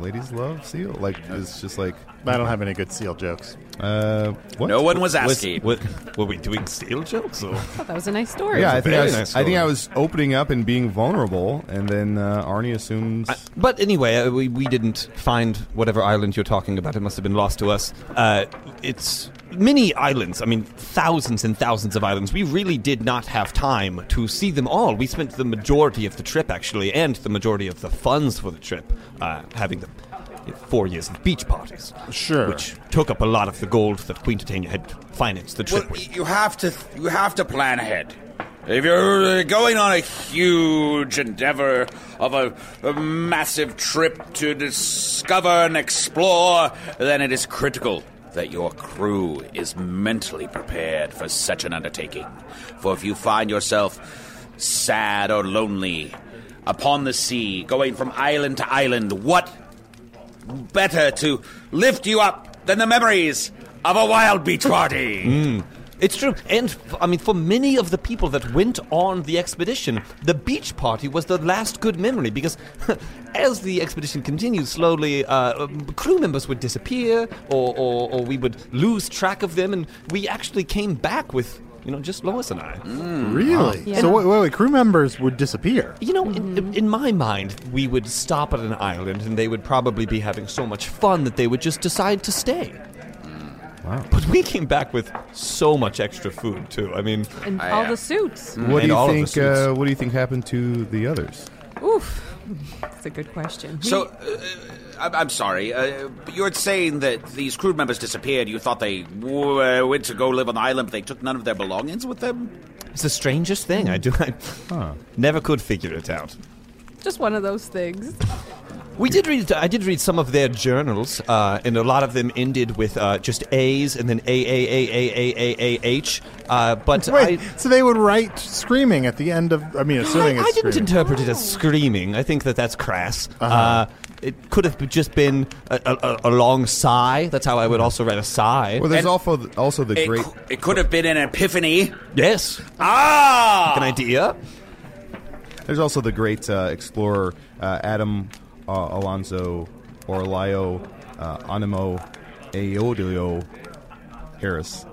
[SPEAKER 4] ladies love seal. Like it's just like
[SPEAKER 3] *laughs* I don't have any good seal jokes.
[SPEAKER 4] uh, what?
[SPEAKER 5] No one was
[SPEAKER 7] Was-
[SPEAKER 5] asking.
[SPEAKER 7] wa- were we doing steel jokes? Or?
[SPEAKER 6] Oh, that was a nice story.
[SPEAKER 4] Yeah, I think I,
[SPEAKER 7] very
[SPEAKER 4] was,
[SPEAKER 7] nice
[SPEAKER 4] I think
[SPEAKER 7] story.
[SPEAKER 4] I was opening up and being vulnerable, and then uh, Arnie assumes.
[SPEAKER 7] But anyway, uh, we, we didn't find whatever island you're talking about. It must have been lost to us. Uh, it's many islands. I mean, thousands and thousands of islands. We really did not have time to see them all. We spent the majority of the trip, actually, and the majority of the funds for the trip, uh, having the you know, four years of beach parties.
[SPEAKER 3] Sure.
[SPEAKER 7] Which took up a lot of the gold that Queen Titania had financed the
[SPEAKER 5] Well,
[SPEAKER 7] trip with.
[SPEAKER 5] you have to you have to plan ahead. If you're going on a huge endeavor of a, a massive trip to discover and explore, then it is critical that your crew is mentally prepared for such an undertaking. For if you find yourself sad or lonely upon the sea, going from island to island, what better to lift you up than the memories of a wild beach party?
[SPEAKER 7] It's true. And, f- I mean, for many of the people that went on the expedition, the beach party was the last good memory because *laughs* as the expedition continued slowly, uh, um, crew members would disappear or, or, or we would lose track of them. And we actually came back with, you know, just Lois and I. Hmm.
[SPEAKER 3] Really?
[SPEAKER 6] Yeah.
[SPEAKER 3] So wait, wait, wait, crew members would disappear.
[SPEAKER 7] You know, in, in my mind, we would stop at an island and they would probably be having so much fun that they would just decide to stay.
[SPEAKER 4] Wow.
[SPEAKER 7] But we came back with so much extra food too. I mean,
[SPEAKER 6] And all the suits.
[SPEAKER 4] What
[SPEAKER 7] And
[SPEAKER 4] do you
[SPEAKER 7] mm, all of the
[SPEAKER 4] think?
[SPEAKER 7] suits.
[SPEAKER 4] Uh, what do you think happened to the others?
[SPEAKER 6] Oof. That's a good question.
[SPEAKER 5] So, uh, I'm, I'm sorry, uh, but you were saying that these crew members disappeared. You thought they w- uh, went to go live on the island, but they took none of their belongings with them?
[SPEAKER 7] it's the strangest thing. I do. I never could figure it out.
[SPEAKER 6] Just one of those things.
[SPEAKER 7] We did read. I did read some of their journals, uh, and a lot of them ended with uh, just A's and then A A A A A A A H. Uh, but
[SPEAKER 3] Wait,
[SPEAKER 7] I,
[SPEAKER 3] so they would write screaming at the end of. I mean,
[SPEAKER 7] *gasps*
[SPEAKER 3] assuming
[SPEAKER 7] I,
[SPEAKER 3] it's
[SPEAKER 7] I didn't
[SPEAKER 3] screaming. Uh-huh.
[SPEAKER 7] interpret it as screaming. I think that that's crass. uh it could have just been a, a, a long sigh. That's how I would also write a sigh.
[SPEAKER 4] Well, there's
[SPEAKER 5] And-
[SPEAKER 4] also the, also the
[SPEAKER 5] It,
[SPEAKER 4] great.
[SPEAKER 5] cou- it could have been an epiphany.
[SPEAKER 7] yes,
[SPEAKER 5] Ah!
[SPEAKER 7] an idea.
[SPEAKER 4] There's also the great uh, explorer uh, Adam uh, Alonso Orlayo uh, Animo Aeolio Harris.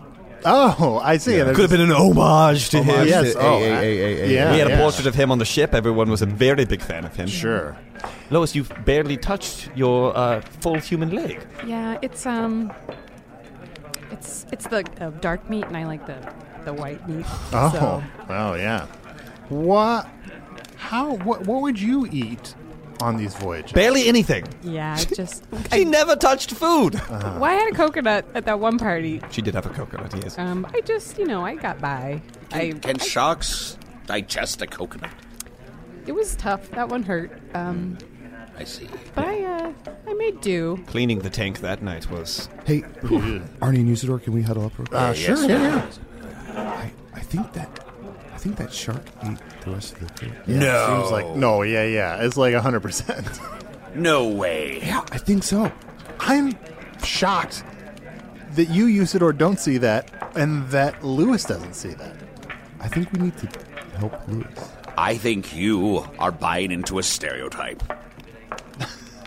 [SPEAKER 3] Oh, I see. There's
[SPEAKER 7] Could have been an homage to him.
[SPEAKER 4] Homage
[SPEAKER 3] yes,
[SPEAKER 4] to
[SPEAKER 3] oh,
[SPEAKER 4] A- A-
[SPEAKER 3] I-
[SPEAKER 4] A- A-
[SPEAKER 3] yeah.
[SPEAKER 4] A-
[SPEAKER 7] We had
[SPEAKER 3] yeah.
[SPEAKER 7] a portrait of him on the ship. Everyone was a very big fan of him.
[SPEAKER 3] Sure.
[SPEAKER 7] Lois, you've barely touched your uh, full human leg.
[SPEAKER 6] Yeah, it's um, it's it's the uh, dark meat, and I like the the white meat.
[SPEAKER 3] Oh,
[SPEAKER 6] so.
[SPEAKER 3] well, yeah. What? How? What? What would you eat on these voyages?
[SPEAKER 7] Barely anything.
[SPEAKER 6] yeah, I just
[SPEAKER 7] She never touched food. Uh-huh.
[SPEAKER 6] well, I had a coconut at that one party.
[SPEAKER 7] She did have a coconut, yes.
[SPEAKER 6] Um, I just you know I got by. I
[SPEAKER 5] Can sharks digest a coconut?
[SPEAKER 6] it was tough. That one hurt. Um,
[SPEAKER 5] Hmm. I see.
[SPEAKER 6] but I uh, I made do.
[SPEAKER 7] Cleaning the tank that night was.
[SPEAKER 4] Hey, Arnie and Usador, can we huddle up? Real quick?
[SPEAKER 3] Uh, sure. Yeah. yeah.
[SPEAKER 4] I, I think that I think that shark ate the rest of the crew.
[SPEAKER 5] no.
[SPEAKER 3] Seems like no. Yeah. Yeah. It's like hundred percent. *laughs*
[SPEAKER 5] No way.
[SPEAKER 4] Yeah, I think so.
[SPEAKER 3] I'm shocked that you, Usador, don't see that, and that Lewis doesn't see that.
[SPEAKER 4] I think we need to help Lewis.
[SPEAKER 5] I think you are buying into a stereotype.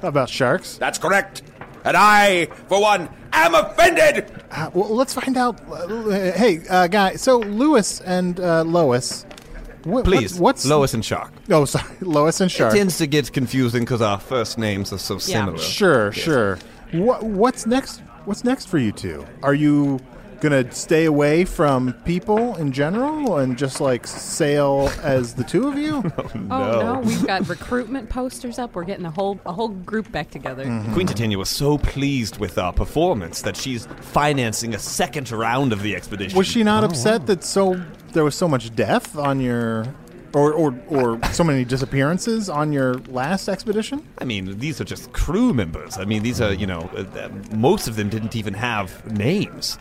[SPEAKER 3] About sharks?
[SPEAKER 5] That's correct. And I, for one, am offended.
[SPEAKER 3] Uh, well, let's find out. Uh, hey, uh, guy. So Lewis and uh, Lois. What,
[SPEAKER 7] Please,
[SPEAKER 3] what- what's
[SPEAKER 7] Lois and Shark?
[SPEAKER 3] Oh, sorry, *laughs* Lois and shark.
[SPEAKER 7] It tends to get confusing because our first names are so similar.
[SPEAKER 3] Sure, sure. What what's next? What's next for you two? Are you gonna stay away from people in general and just like sail as the two
[SPEAKER 7] *laughs*
[SPEAKER 3] of you?
[SPEAKER 6] Oh no, we've got *laughs* recruitment posters up. We're getting a whole a whole group back together.
[SPEAKER 7] Queen Titania was so pleased with our performance that she's financing a second round of the expedition.
[SPEAKER 3] Was she not upset that so there was so much death on your? Or, or, or so many disappearances on your last expedition? *laughs*
[SPEAKER 7] I mean, these are just crew members. I mean, these are, you know, uh, uh, most of them didn't even have names.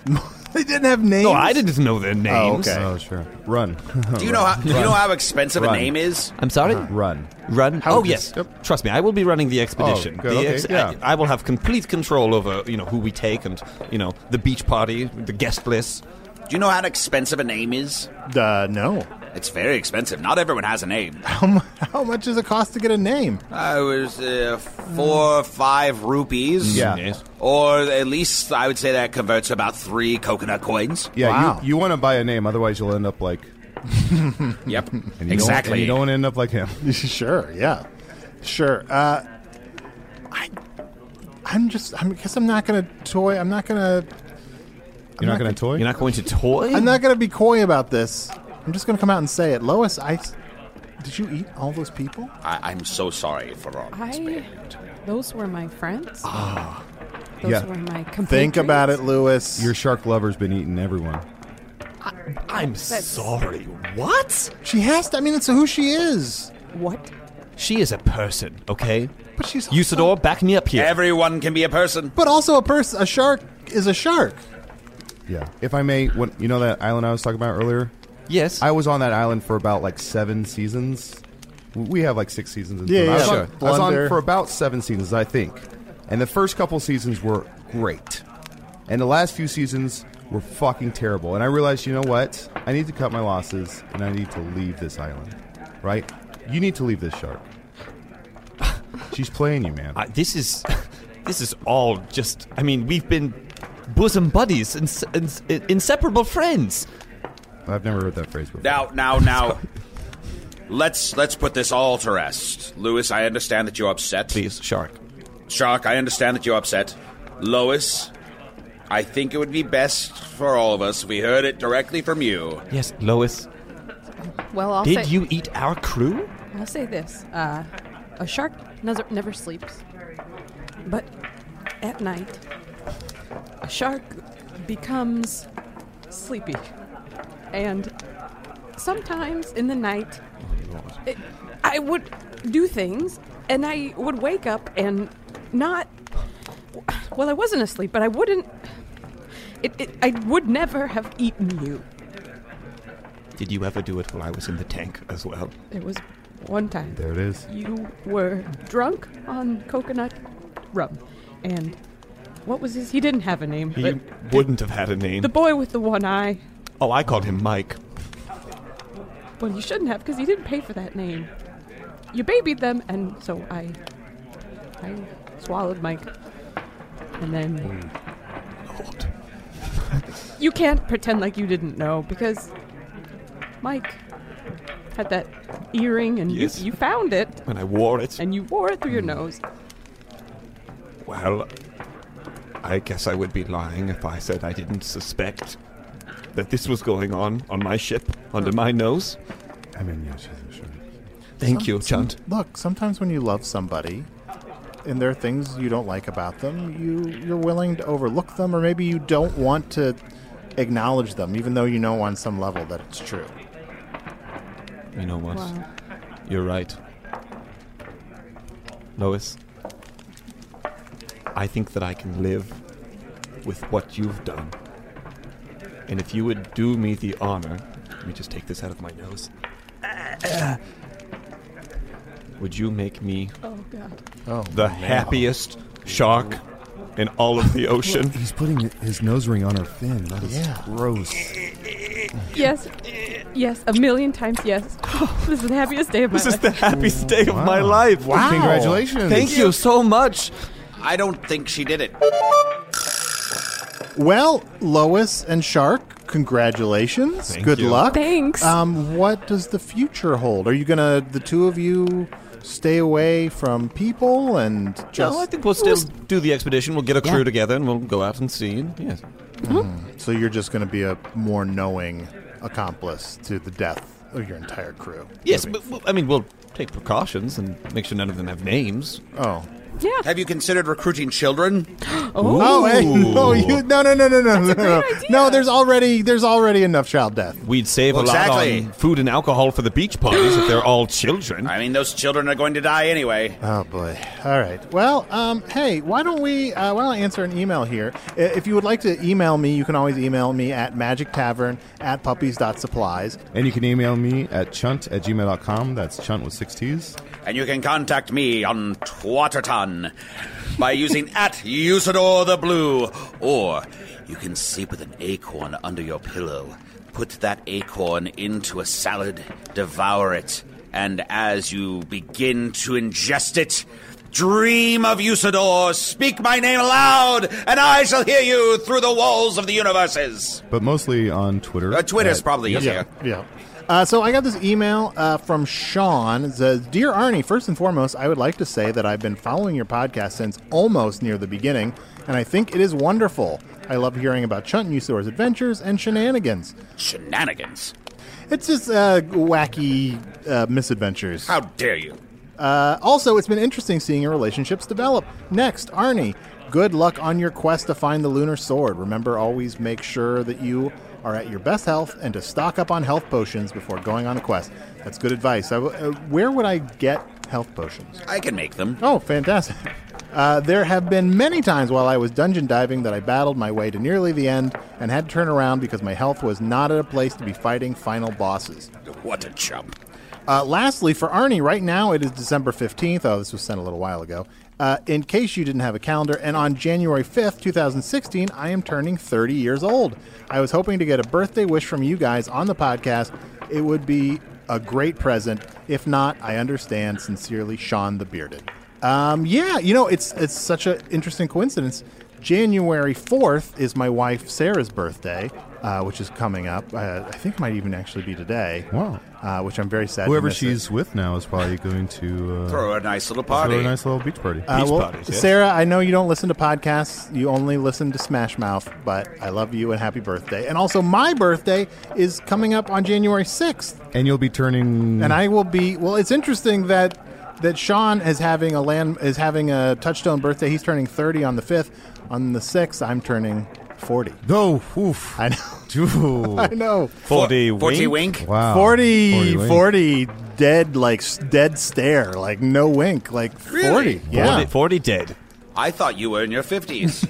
[SPEAKER 3] They didn't have names.
[SPEAKER 7] No, I didn't know their names.
[SPEAKER 3] okay.
[SPEAKER 4] Oh, sure. Run, *laughs*
[SPEAKER 5] Do you know how? Do you know how expensive a
[SPEAKER 4] Run.
[SPEAKER 5] name is?
[SPEAKER 7] I'm sorry?
[SPEAKER 4] run.
[SPEAKER 7] Run? oh,
[SPEAKER 3] does-
[SPEAKER 7] yes. Trust me, I will be running the expedition.
[SPEAKER 4] good,
[SPEAKER 7] The
[SPEAKER 4] okay,
[SPEAKER 7] ex-
[SPEAKER 4] yeah.
[SPEAKER 7] I, I will have complete control over, you know, who we take and, you know, the beach party, the guest list.
[SPEAKER 5] Do you know how expensive a name is?
[SPEAKER 3] Uh, no.
[SPEAKER 5] It's very expensive. Not everyone has a name.
[SPEAKER 3] How, mu- how much does it cost to get a name?
[SPEAKER 5] I was uh, four, five rupees.
[SPEAKER 4] Yeah.
[SPEAKER 7] Yes.
[SPEAKER 5] Or at least I would say that converts to about three coconut coins.
[SPEAKER 4] Yeah,
[SPEAKER 3] Wow.
[SPEAKER 4] you, you want to buy a name, otherwise you'll end up like and
[SPEAKER 5] Yep.
[SPEAKER 4] you don't- and
[SPEAKER 5] exactly.
[SPEAKER 4] you don't want to end up like him.
[SPEAKER 3] *laughs* sure, yeah, sure. Uh, I, I'm just. I'm, I guess I'm not gonna toy. I'm not gonna.
[SPEAKER 4] You're not going to toy.
[SPEAKER 7] You're not going to toy?
[SPEAKER 3] I'm not gonna be coy about this. I'm just gonna come out and say it, Lois. I did you eat all those people?
[SPEAKER 5] I, I'm so sorry for all this.
[SPEAKER 6] I those were my friends. Those
[SPEAKER 4] Yeah.
[SPEAKER 6] were my
[SPEAKER 3] Think
[SPEAKER 6] compatriots.
[SPEAKER 3] about it, Lewis.
[SPEAKER 4] Your shark lover's been eating everyone.
[SPEAKER 7] I'm sorry. What?
[SPEAKER 3] she has to. I mean, it's who she is.
[SPEAKER 6] What?
[SPEAKER 7] She is a person, okay?
[SPEAKER 3] But she's also,
[SPEAKER 7] Usador, back me up here.
[SPEAKER 5] Everyone can be a person.
[SPEAKER 3] But also a person. A shark is a shark.
[SPEAKER 4] Yeah. If I may, when, you know that island I was talking about earlier?
[SPEAKER 7] yes.
[SPEAKER 4] I was on that island for about like seven seasons. W- We have like six seasons. In
[SPEAKER 3] Yeah,
[SPEAKER 4] total. I
[SPEAKER 3] yeah.
[SPEAKER 4] was on-
[SPEAKER 3] Sure.
[SPEAKER 4] I was on
[SPEAKER 3] Blunder.
[SPEAKER 4] for about seven seasons, I think. And the first couple seasons were great, and the last few seasons were fucking terrible. And I realized, you know what? I need to cut my losses, and I need to leave this island. Right? You need to leave this shark. *laughs* She's playing you, man.
[SPEAKER 7] I, this is *laughs* this is all just i mean we've been bosom buddies and, s- and s- inseparable friends
[SPEAKER 4] I've never heard that phrase before.
[SPEAKER 5] Now, now, now. let's let's put this all to rest. Lewis, I understand that you're upset.
[SPEAKER 7] please shark
[SPEAKER 5] Shark, I understand that you're upset. Lois, I think it would be best for all of us. We heard it directly from you.
[SPEAKER 7] Yes, Lois.
[SPEAKER 6] Well, I'll
[SPEAKER 7] did
[SPEAKER 6] say,
[SPEAKER 7] you eat our crew?
[SPEAKER 6] I'll say this: uh, a shark never, never sleeps, but at night, a shark becomes sleepy, and sometimes in the night, it, I would do things, and I would wake up and not. Well, I wasn't asleep, but I wouldn't. It, it, I would never have eaten you.
[SPEAKER 7] Did you ever do it when I was in the tank as well?
[SPEAKER 6] It was one time.
[SPEAKER 4] There it is.
[SPEAKER 6] You were drunk on coconut rum. And what was his? He didn't have a name.
[SPEAKER 7] He
[SPEAKER 6] but
[SPEAKER 7] wouldn't have had a name.
[SPEAKER 6] the boy with the one eye.
[SPEAKER 7] oh, I called him Mike.
[SPEAKER 6] Well, you shouldn't have because you didn't pay for that name. You babied them, and so I. I swallowed Mike. And then.
[SPEAKER 7] Oh, *laughs*
[SPEAKER 6] you can't pretend like you didn't know because Mike had that earring and
[SPEAKER 7] Yes. Mm.
[SPEAKER 6] you, you found it
[SPEAKER 7] When I wore it.
[SPEAKER 6] and you wore it through your nose.
[SPEAKER 7] Well, I guess I would be lying if I said I didn't suspect that this was going on on my ship, under my nose.
[SPEAKER 4] I mean, yeah, she's sure.
[SPEAKER 7] Thank you,
[SPEAKER 3] Some-
[SPEAKER 7] Chunt.
[SPEAKER 3] Look, sometimes when you love somebody and there are things you don't like about them, you you're willing to overlook them or maybe you don't want to acknowledge them even though you know on some level that it's true.
[SPEAKER 7] You know what?
[SPEAKER 6] Wow.
[SPEAKER 7] You're right. Lois, I think that I can live with what you've done. And if you would do me the honor, let me just take this out of my nose. Would you make me
[SPEAKER 6] Oh, God.
[SPEAKER 3] Oh.
[SPEAKER 7] the happiest shark in all *laughs* of the ocean?
[SPEAKER 4] He's putting his nose ring on her fin. That is
[SPEAKER 3] Yeah.
[SPEAKER 4] gross.
[SPEAKER 6] Yes. Yes, a million times yes.
[SPEAKER 7] *laughs*
[SPEAKER 6] this is the happiest day of my
[SPEAKER 7] This is
[SPEAKER 6] life.
[SPEAKER 7] the happiest day of my life.
[SPEAKER 3] Wow.
[SPEAKER 4] Congratulations.
[SPEAKER 7] Thank you so much.
[SPEAKER 5] I don't think she did it.
[SPEAKER 3] Well, Lois and Shark, congratulations.
[SPEAKER 7] Thank
[SPEAKER 3] Good
[SPEAKER 7] you.
[SPEAKER 3] luck.
[SPEAKER 6] Thanks.
[SPEAKER 3] Um, what does the future hold? Are you gonna the two of you stay away from people and just
[SPEAKER 7] No, I think we'll still do the expedition. We'll get a crew together and we'll go out and see. Yes.
[SPEAKER 3] so you're just gonna be a more knowing accomplice to the death of your entire crew?
[SPEAKER 7] Yes, but, but, I mean, we'll take precautions and make sure none of them have names.
[SPEAKER 5] Uh,
[SPEAKER 3] Oh.
[SPEAKER 6] yeah.
[SPEAKER 5] Have you considered recruiting children?
[SPEAKER 3] Oh, hey, *laughs* no, you, no, no, no, no, no, no, no.
[SPEAKER 6] great idea.
[SPEAKER 3] No, there's already there's already enough child death.
[SPEAKER 7] We'd save
[SPEAKER 5] Well,
[SPEAKER 7] a lot
[SPEAKER 5] exactly.
[SPEAKER 7] on food and alcohol for the beach parties if they're all children.
[SPEAKER 5] I mean, those children are going to die anyway.
[SPEAKER 3] Oh boy! All right. Well, um, hey, why don't we? Uh, why don't I answer an email here? I- If you would like to email me, you can always email me at magic tavern at puppies.supplies.
[SPEAKER 4] And you can email me at chunt at gmail.com. That's chunt with six T's.
[SPEAKER 5] And you can contact me on Twatterton by using at Usador the Blue, or you can sleep with an acorn under your pillow. Put that acorn into a salad, devour it, and as you begin to ingest it, dream of Usador, speak my name aloud, and I shall hear you through the walls of the universes.
[SPEAKER 4] But mostly on Twitter.
[SPEAKER 5] Uh, Twitter's
[SPEAKER 4] at-
[SPEAKER 5] probably easier.
[SPEAKER 3] Yeah. Uh, so I got this email uh, from Sean. It says, "Dear Arnie, first and foremost, I would like to say that I've been following your podcast since almost near the beginning, and I think it is wonderful. I love hearing about Chunt and Usador's adventures and shenanigans.
[SPEAKER 5] Shenanigans.
[SPEAKER 3] It's just uh, wacky uh, misadventures.
[SPEAKER 5] How dare you?
[SPEAKER 3] Uh, also, it's been interesting seeing your relationships develop. Next, Arnie, good luck on your quest to find the lunar sword. Remember, always make sure that you are at your best health and to stock up on health potions before going on a quest. That's good advice. I w- uh, where would I get health potions?
[SPEAKER 5] I can make them.
[SPEAKER 3] Oh, fantastic. *laughs* Uh, there have been many times while I was dungeon diving that I battled my way to nearly the end and had to turn around because my health was not at a place to be fighting final bosses.
[SPEAKER 5] What a chump.
[SPEAKER 3] Uh, lastly, for Arnie, right now it is December 15th. Oh, this was sent a little while ago. Uh, in case you didn't have a calendar, and on January 5th, 2016, I am turning 30 years old. I was hoping to get a birthday wish from you guys on the podcast. It would be a great present. If not, I understand. Sincerely, Sean the Bearded. Um, yeah, you know, it's it's such an interesting coincidence January 4th is my wife Sarah's birthday, uh, which is coming up. Uh, I think it might even actually be today.
[SPEAKER 4] Wow.
[SPEAKER 3] Uh, which I'm very sad. to
[SPEAKER 4] Whoever
[SPEAKER 3] miss it.
[SPEAKER 4] she's with now is probably going to uh,
[SPEAKER 5] Throw a nice little
[SPEAKER 4] throw
[SPEAKER 5] party.
[SPEAKER 4] a nice little beach party.
[SPEAKER 3] Uh,
[SPEAKER 7] Beach
[SPEAKER 3] well,
[SPEAKER 7] parties, yes.
[SPEAKER 3] Sarah, I know you don't listen to podcasts. You only listen to Smash Mouth, but I love you and happy birthday. And also, my birthday is coming up on January 6th.
[SPEAKER 4] and you'll be turning.
[SPEAKER 3] and I will be. Well, it's interesting that that Sean is having a land is having a touchstone birthday. He's turning thirty on the fifth. On the sixth, I'm turning forty. *laughs*
[SPEAKER 4] no. Oof. *laughs*
[SPEAKER 3] I know.
[SPEAKER 4] Dude.
[SPEAKER 3] I know.
[SPEAKER 7] Forty.
[SPEAKER 5] Fo- 40
[SPEAKER 7] wink.
[SPEAKER 5] wink.
[SPEAKER 4] Wow.
[SPEAKER 3] 40, 40,
[SPEAKER 4] wings.
[SPEAKER 3] dead like s- dead stare, like no wink, like forty.
[SPEAKER 5] Really?
[SPEAKER 3] Yeah.
[SPEAKER 7] 40, 40 dead.
[SPEAKER 5] I thought you were in your 50s.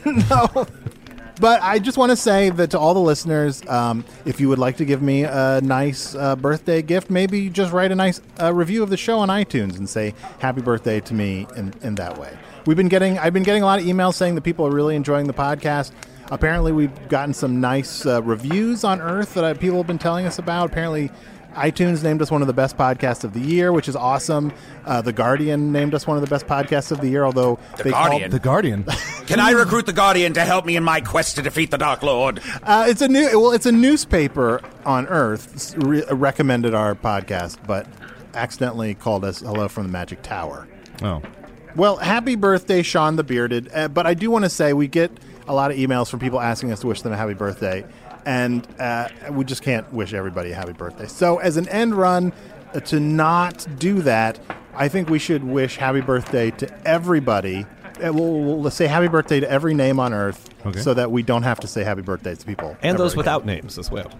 [SPEAKER 3] But I just want to say that to all the listeners, um, if you would like to give me a nice uh, birthday gift, maybe just write a nice uh, review of the show on iTunes and say happy birthday to me in, in that way. We've been getting I've been getting a lot of emails saying that people are really enjoying the podcast. Apparently, we've gotten some nice uh, reviews on Earth that uh, people have been telling us about. Apparently, iTunes named us one of the best podcasts of the year, which is awesome. Uh, the Guardian named us one of the best podcasts of the year, although
[SPEAKER 5] The
[SPEAKER 3] they called-
[SPEAKER 5] Guardian?
[SPEAKER 4] The *laughs* Guardian.
[SPEAKER 5] *laughs* Can I recruit the Guardian to help me in my quest to defeat the Dark Lord?
[SPEAKER 3] Uh, it's a new. Well, it's a newspaper on Earth s- re- recommended our podcast, but accidentally called us "Hello from the Magic Tower."
[SPEAKER 4] oh.
[SPEAKER 3] Well, happy birthday, Sean the Bearded. Uh, but I do want to say we get a lot of emails from people asking us to wish them a happy birthday, and uh, we just can't wish everybody a happy birthday. So, as an end run uh, to not do that, I think we should wish happy birthday to everybody. Uh, We'll, we'll let's say happy birthday to every name on Earth,
[SPEAKER 4] Okay.
[SPEAKER 3] so that we don't have to say happy birthday to people.
[SPEAKER 7] And
[SPEAKER 3] ever
[SPEAKER 7] those
[SPEAKER 3] again.
[SPEAKER 7] without names as well.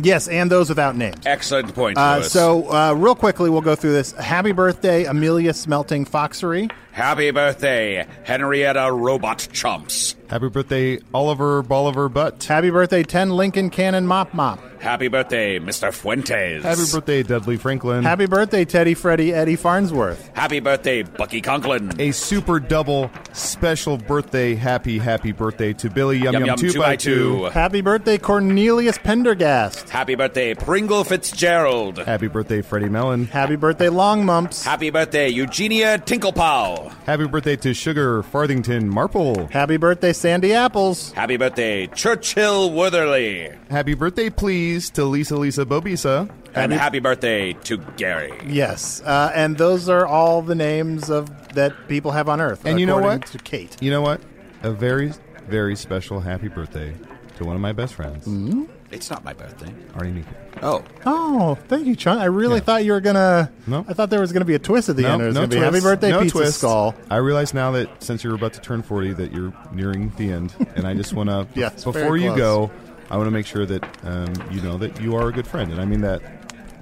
[SPEAKER 3] Yes, and those without names.
[SPEAKER 5] Excellent point,
[SPEAKER 3] Uh,
[SPEAKER 5] Lewis.
[SPEAKER 3] so, uh, real quickly, we'll go through this. Happy birthday, Amelia Smelting Foxery.
[SPEAKER 5] Happy birthday, Henrietta Robot Chomps.
[SPEAKER 4] Happy birthday, Oliver Bolivar Butt.
[SPEAKER 3] Happy birthday, 10 Lincoln Cannon Mop Mop.
[SPEAKER 5] Happy birthday, Mr. Fuentes.
[SPEAKER 4] Happy birthday, Dudley Franklin.
[SPEAKER 3] Happy birthday, Teddy Freddy Eddie Farnsworth.
[SPEAKER 5] Happy birthday, Bucky Conklin.
[SPEAKER 4] a super double special birthday happy happy birthday to Billy Yum
[SPEAKER 5] Yum
[SPEAKER 4] Yum,
[SPEAKER 5] yum
[SPEAKER 4] two, by two.
[SPEAKER 3] Happy birthday, Cornelius Pendergast.
[SPEAKER 5] Happy birthday, Pringle Fitzgerald.
[SPEAKER 4] Happy birthday Freddie Mellon.
[SPEAKER 3] Happy birthday, Long Mumps.
[SPEAKER 5] Happy birthday, Eugenia Tinklepow.
[SPEAKER 4] Happy birthday to Sugar Farthington Marple.
[SPEAKER 3] Happy birthday, Sandy Apples.
[SPEAKER 5] Happy birthday, Churchill Wortherly.
[SPEAKER 4] Happy birthday please to Lisa Lisa Bobisa.
[SPEAKER 5] And happy birthday to Gary.
[SPEAKER 3] Yes, uh, and those are all the names of that people have on Earth.
[SPEAKER 4] And you know
[SPEAKER 3] according
[SPEAKER 4] what?
[SPEAKER 3] To Kate.
[SPEAKER 4] You know what? A very very special happy birthday to one of my best friends,
[SPEAKER 3] Mm-hmm.
[SPEAKER 5] It's not my birthday.
[SPEAKER 4] Arnie Nico.
[SPEAKER 5] Oh,
[SPEAKER 3] Oh, thank you, Chun. I really thought you were gonna.
[SPEAKER 4] No.
[SPEAKER 3] I thought there was gonna be a twist at the
[SPEAKER 4] No,
[SPEAKER 3] end. It was
[SPEAKER 4] no
[SPEAKER 3] gonna be
[SPEAKER 4] twist.
[SPEAKER 3] happy birthday,
[SPEAKER 4] no
[SPEAKER 3] Pizza
[SPEAKER 4] twist.
[SPEAKER 3] Skull.
[SPEAKER 4] I realize now that since you're about to turn 40 that you're nearing the end, and I just want to,
[SPEAKER 3] *laughs* Yes, very
[SPEAKER 4] before you
[SPEAKER 3] close.
[SPEAKER 4] go, I want to make sure that um, you know that you are a good friend, and I mean that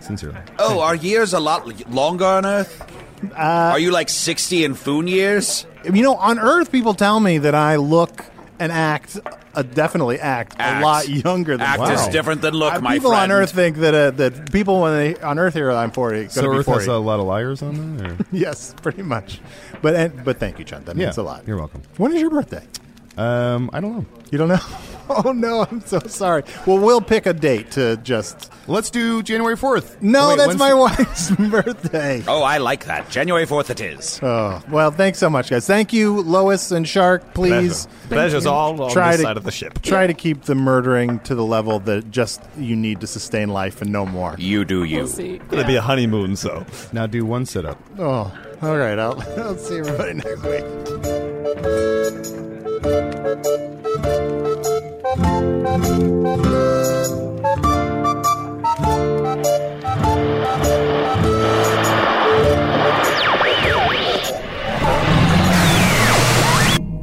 [SPEAKER 4] sincerely.
[SPEAKER 5] oh, are years a lot l- longer on Earth?
[SPEAKER 10] Uh,
[SPEAKER 5] are you like 60 in Foon years?
[SPEAKER 3] You know, on Earth, people tell me that I look and act, uh, definitely act,
[SPEAKER 5] Act.
[SPEAKER 3] a lot younger than
[SPEAKER 5] Act
[SPEAKER 3] wow.
[SPEAKER 5] is different than look,
[SPEAKER 3] Uh,
[SPEAKER 5] my
[SPEAKER 3] people on
[SPEAKER 5] friend.
[SPEAKER 3] Earth think that uh, that people when they on Earth here, I'm forty. Gonna
[SPEAKER 4] So
[SPEAKER 3] be
[SPEAKER 4] Earth
[SPEAKER 3] 40.
[SPEAKER 4] has a lot of liars on there. Or?
[SPEAKER 3] *laughs* yes, pretty much. But and, but thank you, Chun. That
[SPEAKER 4] Yeah,
[SPEAKER 3] means a lot.
[SPEAKER 4] you're welcome.
[SPEAKER 3] When is your birthday?
[SPEAKER 4] um, I don't know.
[SPEAKER 3] You don't know? *laughs* Oh no, I'm so sorry. Well, we'll pick a date to just.
[SPEAKER 4] Let's do January 4th.
[SPEAKER 3] No,
[SPEAKER 4] Wait,
[SPEAKER 3] that's
[SPEAKER 4] when's
[SPEAKER 3] my
[SPEAKER 4] the-
[SPEAKER 3] wife's *laughs* birthday.
[SPEAKER 5] Oh, I like that. January 4th it is.
[SPEAKER 10] Uh,
[SPEAKER 3] Oh, well, thanks so much, guys. Thank you, Lois and Shark. Please
[SPEAKER 7] Pleasure. Pleasure's all on
[SPEAKER 3] try
[SPEAKER 7] this
[SPEAKER 3] to
[SPEAKER 7] side of the ship.
[SPEAKER 3] Try to keep the murdering to the level that just you need to sustain life and no more.
[SPEAKER 5] You do you.
[SPEAKER 6] We'll see.
[SPEAKER 7] It'll be a honeymoon, so.
[SPEAKER 4] Now do one setup.
[SPEAKER 3] Oh, all right. I'll, *laughs* I'll see everybody next week.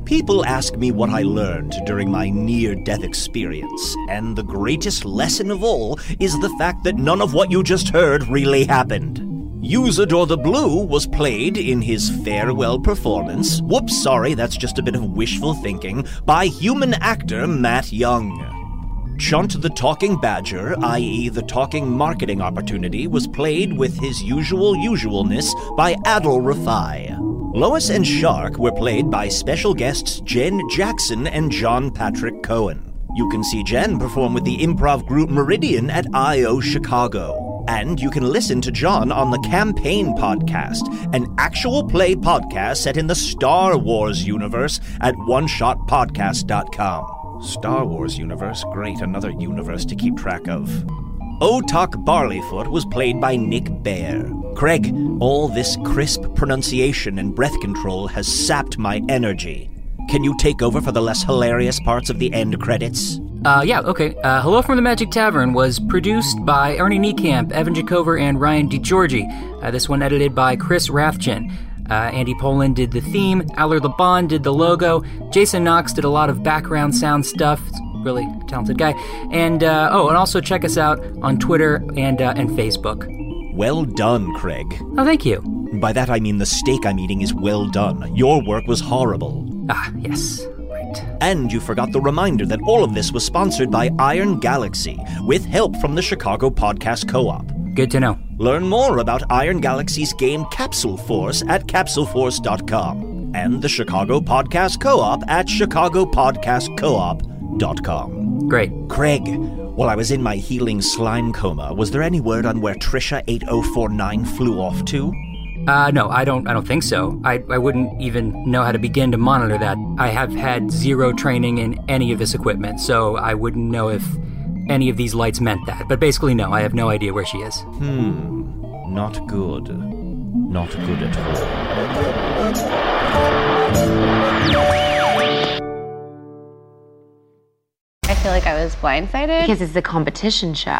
[SPEAKER 2] People ask me what I learned during my near death experience, and the greatest lesson of all is the fact that none of what you just heard really happened. Usador the Blue was played in his farewell performance. Whoops, sorry, that's just a bit of wishful thinking, by human actor Matt Young. Chunt the Talking Badger, i.e., the talking marketing opportunity, was played with his usual usualness by Adil Rafai. Lois and Shark were played by special guests Jen Jackson and John Patrick Cohen. You can see Jen perform with the improv group Meridian at I.O. Chicago. And you can listen to John on the Campaign Podcast, an actual play podcast set in the Star Wars universe at oneshotpodcast.com. Star Wars universe, great, another universe to keep track of. Otak Barleyfoot was played by Nick Bear. Craig, all this crisp pronunciation and breath control has sapped my energy. Can you take over for the less hilarious parts of the end credits?
[SPEAKER 11] Uh, yeah, okay. Uh, Hello from the Magic Tavern was produced by Ernie Niekamp, Evan Jacover, and Ryan DiGiorgi. Uh, this one edited by Chris Rathjen. Uh, Andy Poland did the theme, Allard LeBon did the logo, Jason Knox did a lot of background sound stuff. He's a Really talented guy. And uh, oh, and also check us out on Twitter and, uh, and Facebook.
[SPEAKER 2] Well done, Craig.
[SPEAKER 11] Oh, thank you.
[SPEAKER 2] By that I mean the steak I'm eating is well done. Your work was horrible.
[SPEAKER 11] Ah, yes.
[SPEAKER 2] And you forgot the reminder that all of this was sponsored by Iron Galaxy, with help from the Chicago Podcast Co op.
[SPEAKER 11] Good to know.
[SPEAKER 2] Learn more about Iron Galaxy's game Capsule Force at capsuleforce.com and the Chicago Podcast Co op at chicagopodcastcoop.com.
[SPEAKER 11] Great.
[SPEAKER 2] Craig, while I was in my healing slime coma, was there any word on where Trisha 8049 flew off to?
[SPEAKER 11] Uh, no, I don't. I don't think so. I, I wouldn't even know how to begin to monitor that. I have had zero training in any of this equipment, so I wouldn't know if any of these lights meant that. But basically, no, I have no idea where she is.
[SPEAKER 2] Hmm. Not good. Not good at
[SPEAKER 12] I feel like I was blindsided because it's the competition show.